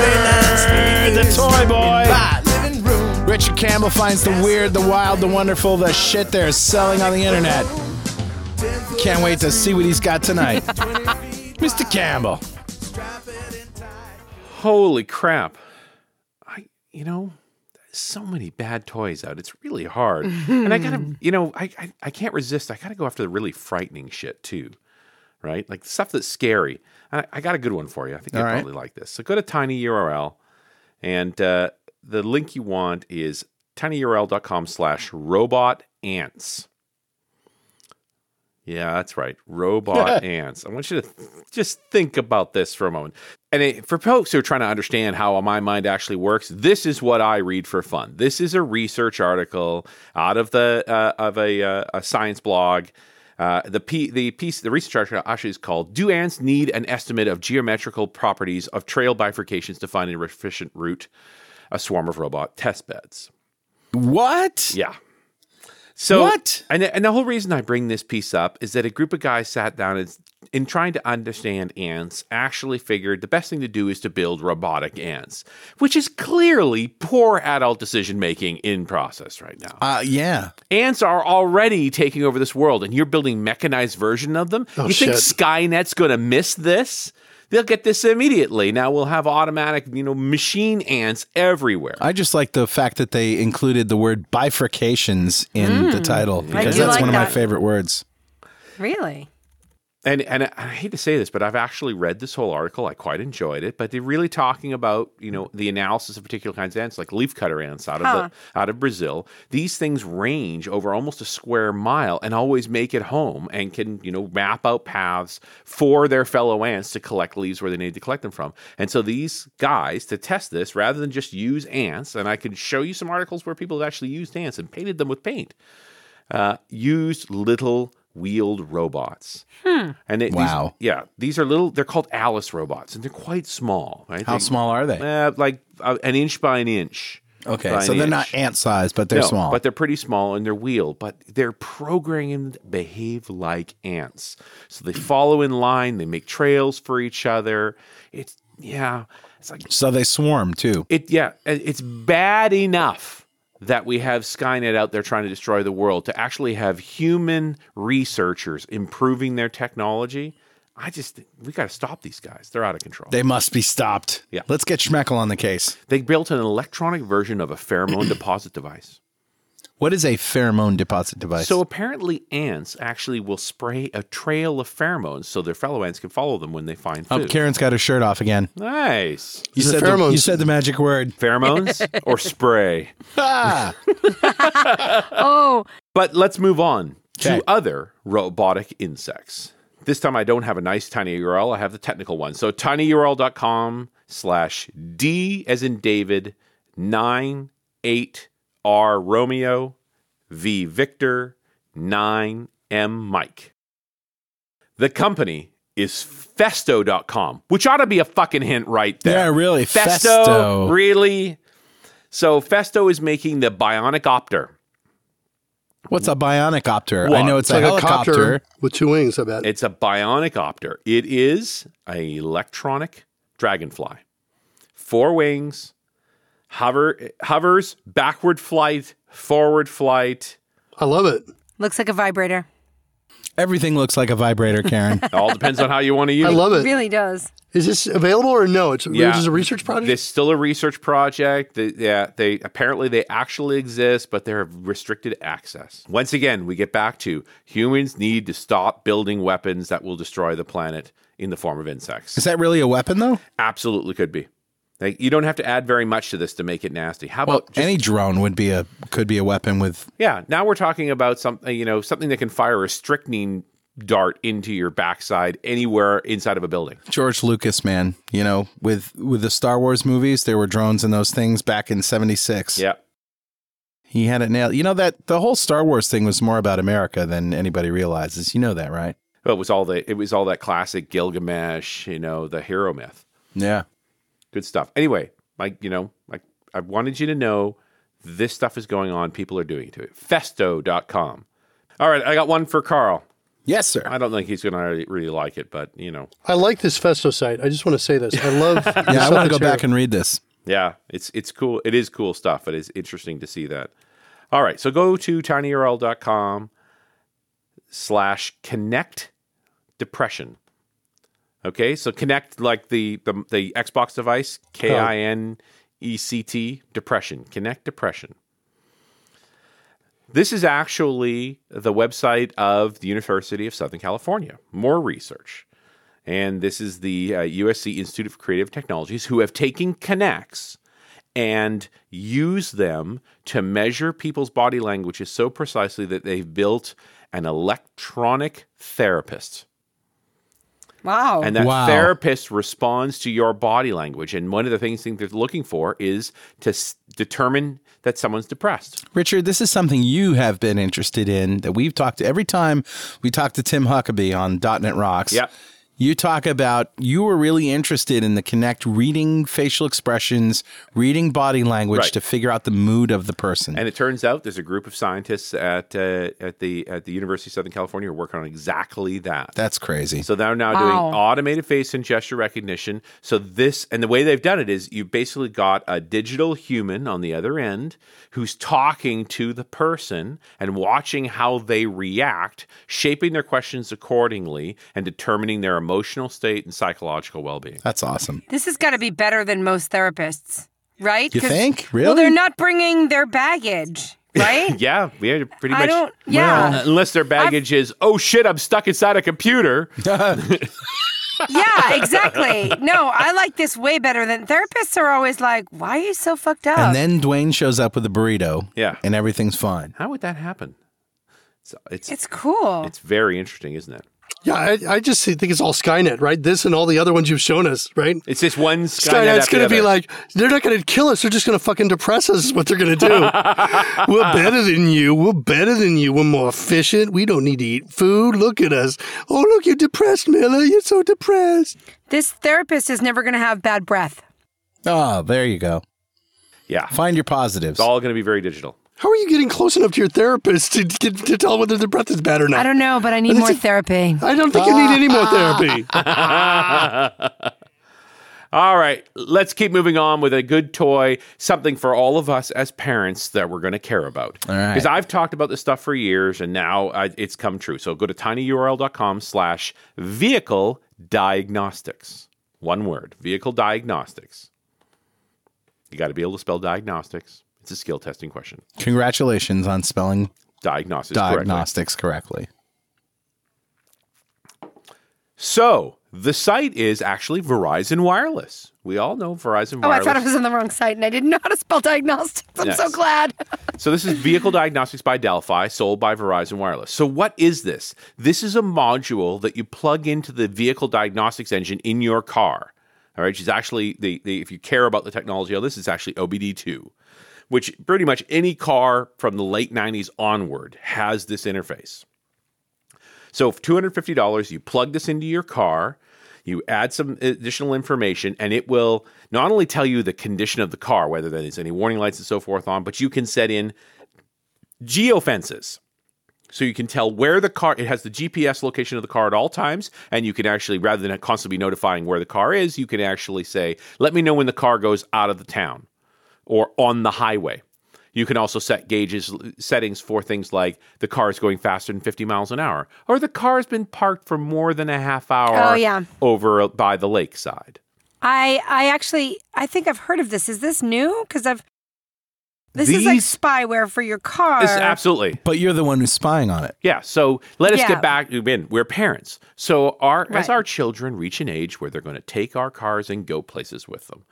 Speaker 5: the toy boy. Richard Campbell finds the weird, the wild, the wonderful, the shit they're selling on the internet. Can't wait to see what he's got tonight. Mr. Campbell.
Speaker 4: Holy crap. I you know, there's so many bad toys out. It's really hard. and I gotta you know, I, I I can't resist. I gotta go after the really frightening shit too. Right? Like stuff that's scary. I, I got a good one for you. I think you
Speaker 5: All right.
Speaker 4: probably like this. So go to tinyurl and uh, the link you want is tinyurl.com slash robot ants. Yeah, that's right. Robot ants. I want you to th- just think about this for a moment. And it, for folks who are trying to understand how my mind actually works, this is what I read for fun. This is a research article out of the uh, of a, uh, a science blog. Uh, the p- the piece the research article actually is called "Do Ants Need an Estimate of Geometrical Properties of Trail Bifurcations to Find an Efficient Route?" A swarm of robot test beds.
Speaker 5: What?
Speaker 4: Yeah. So
Speaker 5: What?
Speaker 4: And and the whole reason I bring this piece up is that a group of guys sat down and in trying to understand ants actually figured the best thing to do is to build robotic ants, which is clearly poor adult decision making in process right now.
Speaker 5: Uh, yeah.
Speaker 4: ants are already taking over this world and you're building mechanized version of them. you think
Speaker 2: shit.
Speaker 4: Skynet's going to miss this? They'll get this immediately. Now we'll have automatic, you know, machine ants everywhere.
Speaker 5: I just like the fact that they included the word Mm. bifurcations in the title because
Speaker 3: do
Speaker 5: that's
Speaker 3: like
Speaker 5: one of my
Speaker 3: that.
Speaker 5: favorite words.
Speaker 3: Really?
Speaker 4: and and I hate to say this, but I've actually read this whole article. I quite enjoyed it, but they're really talking about you know the analysis of particular kinds of ants, like leafcutter ants out of
Speaker 18: Huh.
Speaker 4: the, out of Brazil. These things range over almost a square mile and always make it home and can you know map out paths for their fellow ants to collect leaves where they need to collect them from. And so these guys to test this, rather than just use ants, and I can show you some articles where people have actually used ants and painted them with paint uh, used little wheeled robots.
Speaker 18: Hmm.
Speaker 4: And it,
Speaker 5: Wow.
Speaker 4: these, yeah, these are little. They're called Alice robots, and they're quite small. Right?
Speaker 5: How small are they?
Speaker 4: Uh, like uh, an inch by an inch.
Speaker 5: Okay,
Speaker 4: by
Speaker 5: so
Speaker 4: an
Speaker 5: they're
Speaker 4: inch.
Speaker 5: not ant sized, but they're
Speaker 4: No,
Speaker 5: small.
Speaker 4: But they're pretty small and they're wheeled, but they're programmed to behave like ants. So they follow in line. They make trails for each other. It's yeah. It's like
Speaker 5: so they swarm too.
Speaker 4: it yeah, it- it's bad enough that we have Skynet out there trying to destroy the world to actually have human researchers improving their technology. I just we got to stop these guys. They're out of control.
Speaker 5: They must be stopped. Yeah. Let's get Schmeckel on the case.
Speaker 4: They built an electronic version of a pheromone deposit device.
Speaker 5: What is a pheromone deposit device?
Speaker 4: So apparently ants actually will spray a trail of pheromones so their fellow ants can follow them when they find
Speaker 5: oh,
Speaker 4: food.
Speaker 5: Karen's got her shirt off again.
Speaker 4: Nice.
Speaker 5: You said, the, you said the magic word.
Speaker 4: pheromones or spray.
Speaker 3: oh,
Speaker 4: But let's move on to other robotic insects. This time I don't have a nice tiny URL. I have the technical one. So tinyurl.com slash D as in David, 9, 8, R Romeo, V Victor, 9, M Mike. The company is Festo.com, which ought to be a fucking hint right
Speaker 5: Yeah,
Speaker 4: there.
Speaker 5: really, Festo.
Speaker 4: Festo. Really? So Festo is making the Bionic Opter.
Speaker 5: What's a bionic opter? I
Speaker 4: Well,
Speaker 5: know it's, a helicopter.
Speaker 4: with two wings. I bet it's a bionic opter. It is a electronic dragonfly, four wings, hover hovers backward flight, forward flight.
Speaker 2: I love it.
Speaker 3: looks like a vibrator.
Speaker 5: Everything looks like a vibrator, Karen.
Speaker 4: All depends on how you want to use.
Speaker 3: Really does.
Speaker 2: Is this available or no? It's this is a research project.
Speaker 4: It's still a research project. They, yeah, they apparently they actually exist, but they're restricted access. Once again, we get back to humans need to stop building weapons that will destroy the planet in the form of insects.
Speaker 5: Is that really a weapon though?
Speaker 4: Absolutely could be. Like you don't have to add very much to this to make it nasty. How
Speaker 5: Well,
Speaker 4: about just,
Speaker 5: any drone would be a could be a weapon with
Speaker 4: yeah? Now we're talking about something you know something that can fire a strychnine dart into your backside anywhere inside of a building.
Speaker 5: George Lucas, man. You know, with with the Star Wars movies, there were drones and those things back in '76.
Speaker 4: Yeah.
Speaker 5: He had it nailed. You know that the whole Star Wars thing was more about America than anybody realizes. You know that, right?
Speaker 4: Well, it was all the it was all that classic Gilgamesh, you know, the hero myth.
Speaker 5: Yeah.
Speaker 4: Good stuff. Anyway, like you know, like I wanted you to know this stuff is going on. People are doing it to it. Festo.com. All right, I got one for Carl.
Speaker 5: Yes, sir.
Speaker 4: I don't think he's going to really like it, but you know,
Speaker 2: I like this Festo site. I just want to say this. I love.
Speaker 5: Yeah, I want to go back and read this.
Speaker 4: Yeah, it's it's cool. It is cool stuff. It is interesting to see that. All right, so go to tinyurl.com slash connect depression. Okay, so connect like the the, the Xbox device, K I N E C T depression. Connect depression. This is actually the website of the University of Southern California. More research. And this is the uh, USC Institute of Creative Technologies, who have taken Connects and used them to measure people's body languages so precisely that they've built an electronic therapist.
Speaker 3: Wow.
Speaker 4: And that therapist responds to your body language. And one of the things think they're looking for is to s- determine that someone's depressed.
Speaker 5: Richard, this is something you have been interested in that we've talked to every time we talk to Tim Huckabee on .NET Rocks.
Speaker 4: Yeah.
Speaker 5: You talk about you were really interested in the connect reading facial expressions, reading body language
Speaker 4: Right.
Speaker 5: to figure out the mood of the person.
Speaker 4: And it turns out there's a group of scientists at uh, at the at the University of Southern California who are working on exactly that.
Speaker 5: That's crazy.
Speaker 4: So they're now
Speaker 5: Wow.
Speaker 4: doing automated face and gesture recognition. So this and the way they've done it is you've basically got a digital human on the other end who's talking to the person and watching how they react, shaping their questions accordingly, and determining their emotional state and psychological well-being.
Speaker 5: That's awesome.
Speaker 3: This has got to be better than most therapists, right?
Speaker 4: You
Speaker 3: 'Cause-
Speaker 4: think?
Speaker 3: Well, they're
Speaker 4: Really?
Speaker 3: not bringing their baggage, right?
Speaker 4: yeah, yeah, you're pretty
Speaker 3: I
Speaker 4: much.
Speaker 3: don't- yeah. Well-
Speaker 4: unless their baggage is, oh shit, I'm stuck inside a computer.
Speaker 3: yeah, exactly. No, I like this way better than therapists are always like, why are you so fucked up?
Speaker 5: And then Dwayne shows up with a burrito.
Speaker 4: Yeah.
Speaker 5: And everything's fine.
Speaker 4: How would that happen? It's it's
Speaker 3: it's cool.
Speaker 4: it's very interesting, isn't it?
Speaker 2: Yeah, I, I just think it's all Skynet, right? This and all the other ones you've shown us, right?
Speaker 4: It's this one Skynet
Speaker 2: Skynet's
Speaker 4: after
Speaker 2: going to
Speaker 4: the
Speaker 2: be
Speaker 4: other.
Speaker 2: like, they're not going to kill us. They're just going to fucking depress us, is what they're going to do. We're better than you. We're better than you. We're more efficient. We don't need to eat food. Look at us. Oh, look, you're depressed, Miller. You're so depressed.
Speaker 3: This therapist is never going to have bad breath.
Speaker 5: Oh, there you go.
Speaker 4: Yeah.
Speaker 5: Find your positives.
Speaker 4: It's all going to be very digital.
Speaker 2: How are you getting close enough to your therapist to, to, to tell whether their breath is bad or not?
Speaker 3: I don't Ah. know, but I need
Speaker 2: It's
Speaker 3: more
Speaker 2: a-
Speaker 3: therapy.
Speaker 2: I don't think you need any more therapy.
Speaker 4: all right, let's keep moving on with a good toy, something for all of us as parents that we're going to care about. All
Speaker 5: right.
Speaker 4: Because I've talked about this stuff for years, and now I, it's come true. So go to tinyurl.com slash vehicle diagnostics. One word, vehicle diagnostics. You got to be able to spell diagnostics. It's a skill testing question.
Speaker 5: Congratulations on spelling
Speaker 4: Diagnostics correctly.
Speaker 5: diagnostics correctly.
Speaker 4: So the site is actually Verizon Wireless. We all know Verizon Wireless.
Speaker 3: Oh, I thought I was on the wrong site and I didn't know how to spell diagnostics. I'm so
Speaker 4: Yes.
Speaker 3: glad.
Speaker 4: So this is Vehicle Diagnostics by Delphi, sold by Verizon Wireless. So what is this? This is a module that you plug into the vehicle diagnostics engine in your car. All right, which is actually the, the if you care about the technology, all this is actually OBD2, which pretty much any car from the late 90s onward has this interface. So for $250, you plug this into your car, you add some additional information, and it will not only tell you the condition of the car, whether there's any warning lights and so forth on, but you can set in geofences. So you can tell where the car it has the GPS location of the car at all times, and you can actually rather than constantly notifying where the car is, you can actually say, "Let me know when the car goes out of the town or on the highway." You can also set gauges settings for things like the car is going faster than 50 miles an hour, or the car has been parked for more than a half hour
Speaker 3: Oh, yeah.
Speaker 4: over by the lakeside.
Speaker 3: I I actually I think I've heard of this. Is this new? Because I've this is like
Speaker 4: These-
Speaker 3: spyware for your car.
Speaker 4: This is absolutely.
Speaker 5: But you're the one who's spying on it.
Speaker 4: Yeah. So let us
Speaker 3: Yeah.
Speaker 4: get back. Again, we're parents. So our as
Speaker 3: Right.
Speaker 4: our children reach an age where they're going to take our cars and go places with them.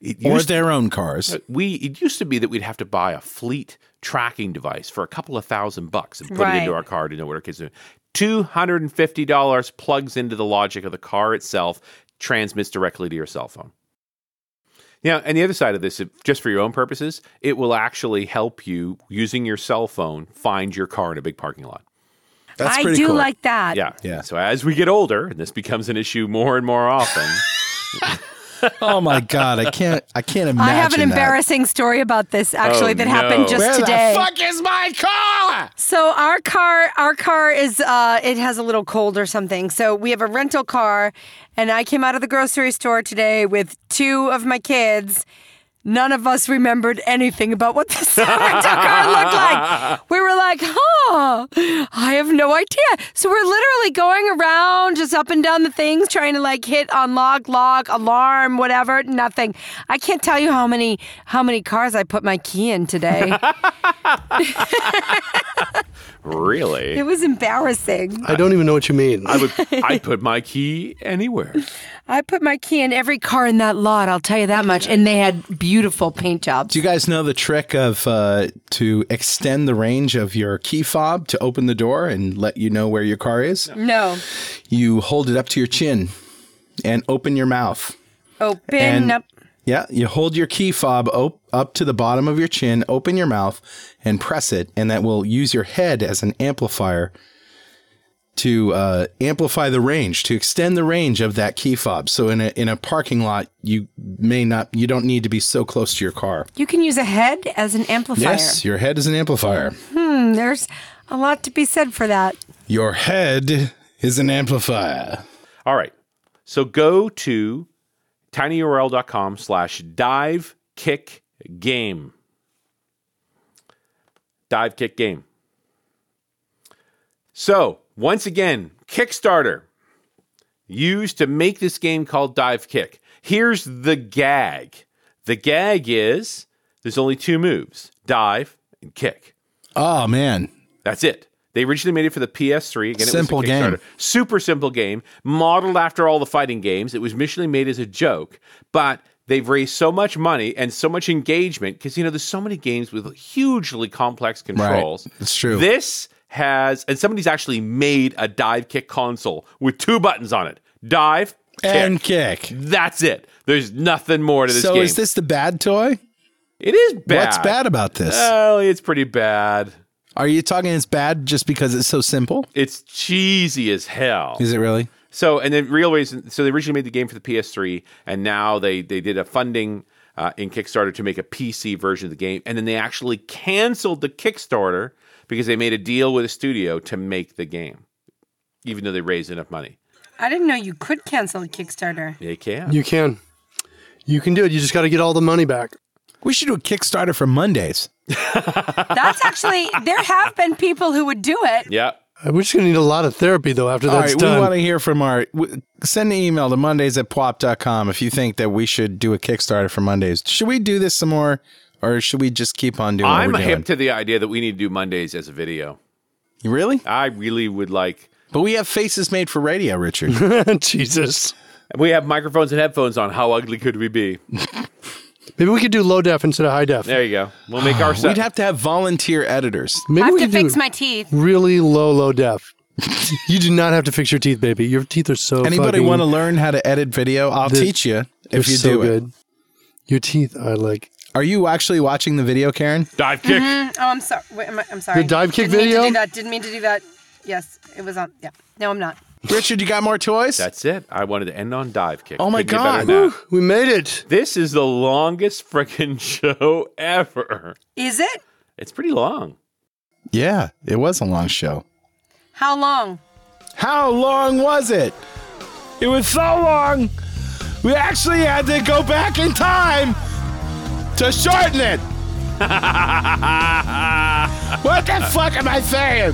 Speaker 4: It
Speaker 5: Or
Speaker 4: used-
Speaker 5: their own cars.
Speaker 4: we it used to be that we'd have to buy a fleet tracking device for a couple of thousand bucks and put it into
Speaker 3: Right.
Speaker 4: our car to know what our kids are doing. Two hundred and fifty dollars plugs into the logic of the car itself, transmits directly to your cell phone. Now, and the other side of this, if- just for your own purposes, it will actually help you using your cell phone find your car in a big parking lot.
Speaker 3: I do like that.
Speaker 4: Yeah. Yeah. So as we get older, and this becomes an issue more and more often.
Speaker 5: oh my god, I can't I can't imagine.
Speaker 3: I have an
Speaker 5: that.
Speaker 3: embarrassing story about this actually
Speaker 5: Oh,
Speaker 3: that happened
Speaker 5: no.
Speaker 3: just
Speaker 5: Where the
Speaker 3: today.
Speaker 5: fuck
Speaker 11: is my car?
Speaker 3: So our car, our car is uh, it has a little cold or something. So we have a rental car, and I came out of the grocery store today with two of my kids. None of us remembered anything about what this rental car looked like. We were like, huh, I have no idea. So we're literally going around, just up and down the things, trying to like hit on log, log, alarm, whatever, nothing. I can't tell you how many how many cars I put my key in today.
Speaker 4: really?
Speaker 3: it was embarrassing.
Speaker 2: I don't even know what you mean.
Speaker 4: I would I put my key anywhere.
Speaker 3: I put my key in every car in that lot, I'll tell you that much. And they had beautiful paint jobs.
Speaker 5: Do you guys know the trick of uh, to extend the range of your key fob to open the door and let you know where your car is?
Speaker 3: No.
Speaker 5: You hold it up to your chin and open your mouth.
Speaker 3: Open
Speaker 5: And-
Speaker 3: up.
Speaker 5: Yeah, you hold your key fob op- up to the bottom of your chin, open your mouth, and press it, and that will use your head as an amplifier to uh, amplify the range, to extend the range of that key fob. So in a in a parking lot, you may not, you don't need to be so close to your car.
Speaker 3: You can use a head as an amplifier.
Speaker 5: Yes, your head is an amplifier.
Speaker 3: Hmm, there's a lot to be said for that.
Speaker 5: Your head is an amplifier.
Speaker 4: All right. So go to tinyurl.com slash dive kick game. Dive kick game. So once again, Kickstarter used to make this game called Dive Kick. Here's the gag. The gag is there's only two moves dive and kick.
Speaker 5: Oh man,
Speaker 4: that's it. They originally made it for the PS3. Again,
Speaker 5: Simple
Speaker 4: it was a
Speaker 5: game.
Speaker 4: Kickstarter. Super simple game, modeled after all the fighting games. It was initially made as a joke, but they've raised so much money and so much engagement because you know there's so many games with hugely complex controls.
Speaker 5: It's true.
Speaker 4: This has, and somebody's actually made a dive kick console with two buttons on it: dive kick.
Speaker 5: And kick.
Speaker 4: That's it. There's nothing more to this
Speaker 5: so
Speaker 4: game.
Speaker 5: is this the bad toy?
Speaker 4: It is bad. Uh,
Speaker 5: What's bad about this?
Speaker 4: Well, it's pretty bad.
Speaker 5: Are you talking it's bad just because it's so simple?
Speaker 4: It's cheesy as hell.
Speaker 5: Is it really?
Speaker 4: So, and then real reason. So they originally made the game for the PS3, and now they they did a funding uh, in Kickstarter to make a PC version of the game, and then they actually canceled the Kickstarter because they made a deal with a studio to make the game, even though they raised enough money.
Speaker 3: I didn't know you could cancel a Kickstarter.
Speaker 4: They can.
Speaker 2: You can. You can do it. You just got to get all the money back.
Speaker 5: We should do a Kickstarter for Mondays.
Speaker 3: That's actually there have been people who would do it.
Speaker 4: Yeah.
Speaker 2: Uh, We're just going to need a lot of therapy, though, after
Speaker 5: All
Speaker 2: that's
Speaker 5: right,
Speaker 2: done.
Speaker 5: we want to hear from our. w- Send an email to Mondays at pwop.com if you think that we should do a Kickstarter for Mondays. Should we do this some more, or should we just keep on doing?
Speaker 4: I'm
Speaker 5: what we're
Speaker 4: hip
Speaker 5: doing?
Speaker 4: to the idea that we need to do Mondays as a video.
Speaker 5: You Really?
Speaker 4: I really would like.
Speaker 5: But we have faces made for radio, Richard.
Speaker 2: Jesus.
Speaker 4: We have microphones and headphones on. How ugly could we be?
Speaker 2: Maybe we could do low def instead of high def.
Speaker 4: There you go. We'll make our set.
Speaker 5: We'd have to have volunteer editors.
Speaker 2: Maybe
Speaker 3: I have
Speaker 2: we
Speaker 3: to
Speaker 2: could do
Speaker 3: fix my teeth.
Speaker 2: really low, low def. you do not have to fix your teeth, baby. Your teeth are so.
Speaker 5: Anybody
Speaker 2: fucking-
Speaker 5: want to learn how to edit video? I'll
Speaker 2: They're-
Speaker 5: teach you
Speaker 2: they're
Speaker 5: if you
Speaker 2: so
Speaker 5: do it.
Speaker 2: good. Your teeth are like
Speaker 5: Are you actually watching the video, Karen?
Speaker 4: Dive kick.
Speaker 3: Mm, oh, I'm sorry. Wait, am I- I'm sorry.
Speaker 2: The dive kick
Speaker 3: Didn't mean to
Speaker 2: video?
Speaker 3: do that. Didn't mean to do that. Yes, it was on. Yeah. No, I'm not.
Speaker 5: Richard, you got more toys?
Speaker 4: That's it. I wanted to end on dive kick.
Speaker 5: Oh my
Speaker 4: Couldn't get
Speaker 5: God.
Speaker 4: better than that.
Speaker 2: we made it.
Speaker 4: This is the longest freaking show ever.
Speaker 3: Is it?
Speaker 4: It's pretty long.
Speaker 5: yeah, it was a long show.
Speaker 3: How long?
Speaker 5: How long was it?
Speaker 11: It was so long, we actually had to go back in time to shorten it. what the fuck am I saying?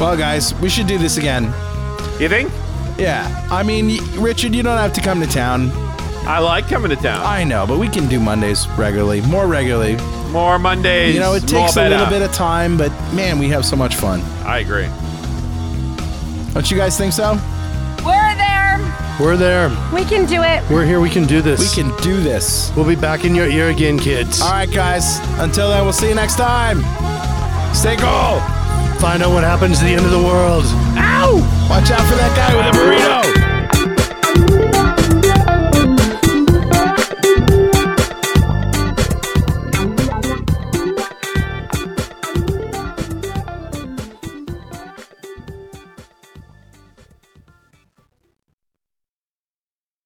Speaker 5: Well, guys, we should do this again.
Speaker 4: You think?
Speaker 5: Yeah, I mean, y- Richard, you don't have to come to town.
Speaker 4: I like coming to town.
Speaker 5: I know, but we can do Mondays regularly, more regularly.
Speaker 4: More Mondays.
Speaker 5: You know, it
Speaker 4: more
Speaker 5: takes a little
Speaker 4: better.
Speaker 5: bit of time, but man, we have so much fun.
Speaker 4: I agree.
Speaker 5: Don't you guys think so?
Speaker 3: We're there.
Speaker 2: We're there.
Speaker 3: We can do it.
Speaker 2: We're here. We can do this.
Speaker 5: We can do this.
Speaker 2: We'll be back in your ear again, kids.
Speaker 5: All right, guys. Until then, we'll see you next time. Stay cool.
Speaker 2: Find out what happens at the end of the world.
Speaker 5: Watch out for that guy with a burrito.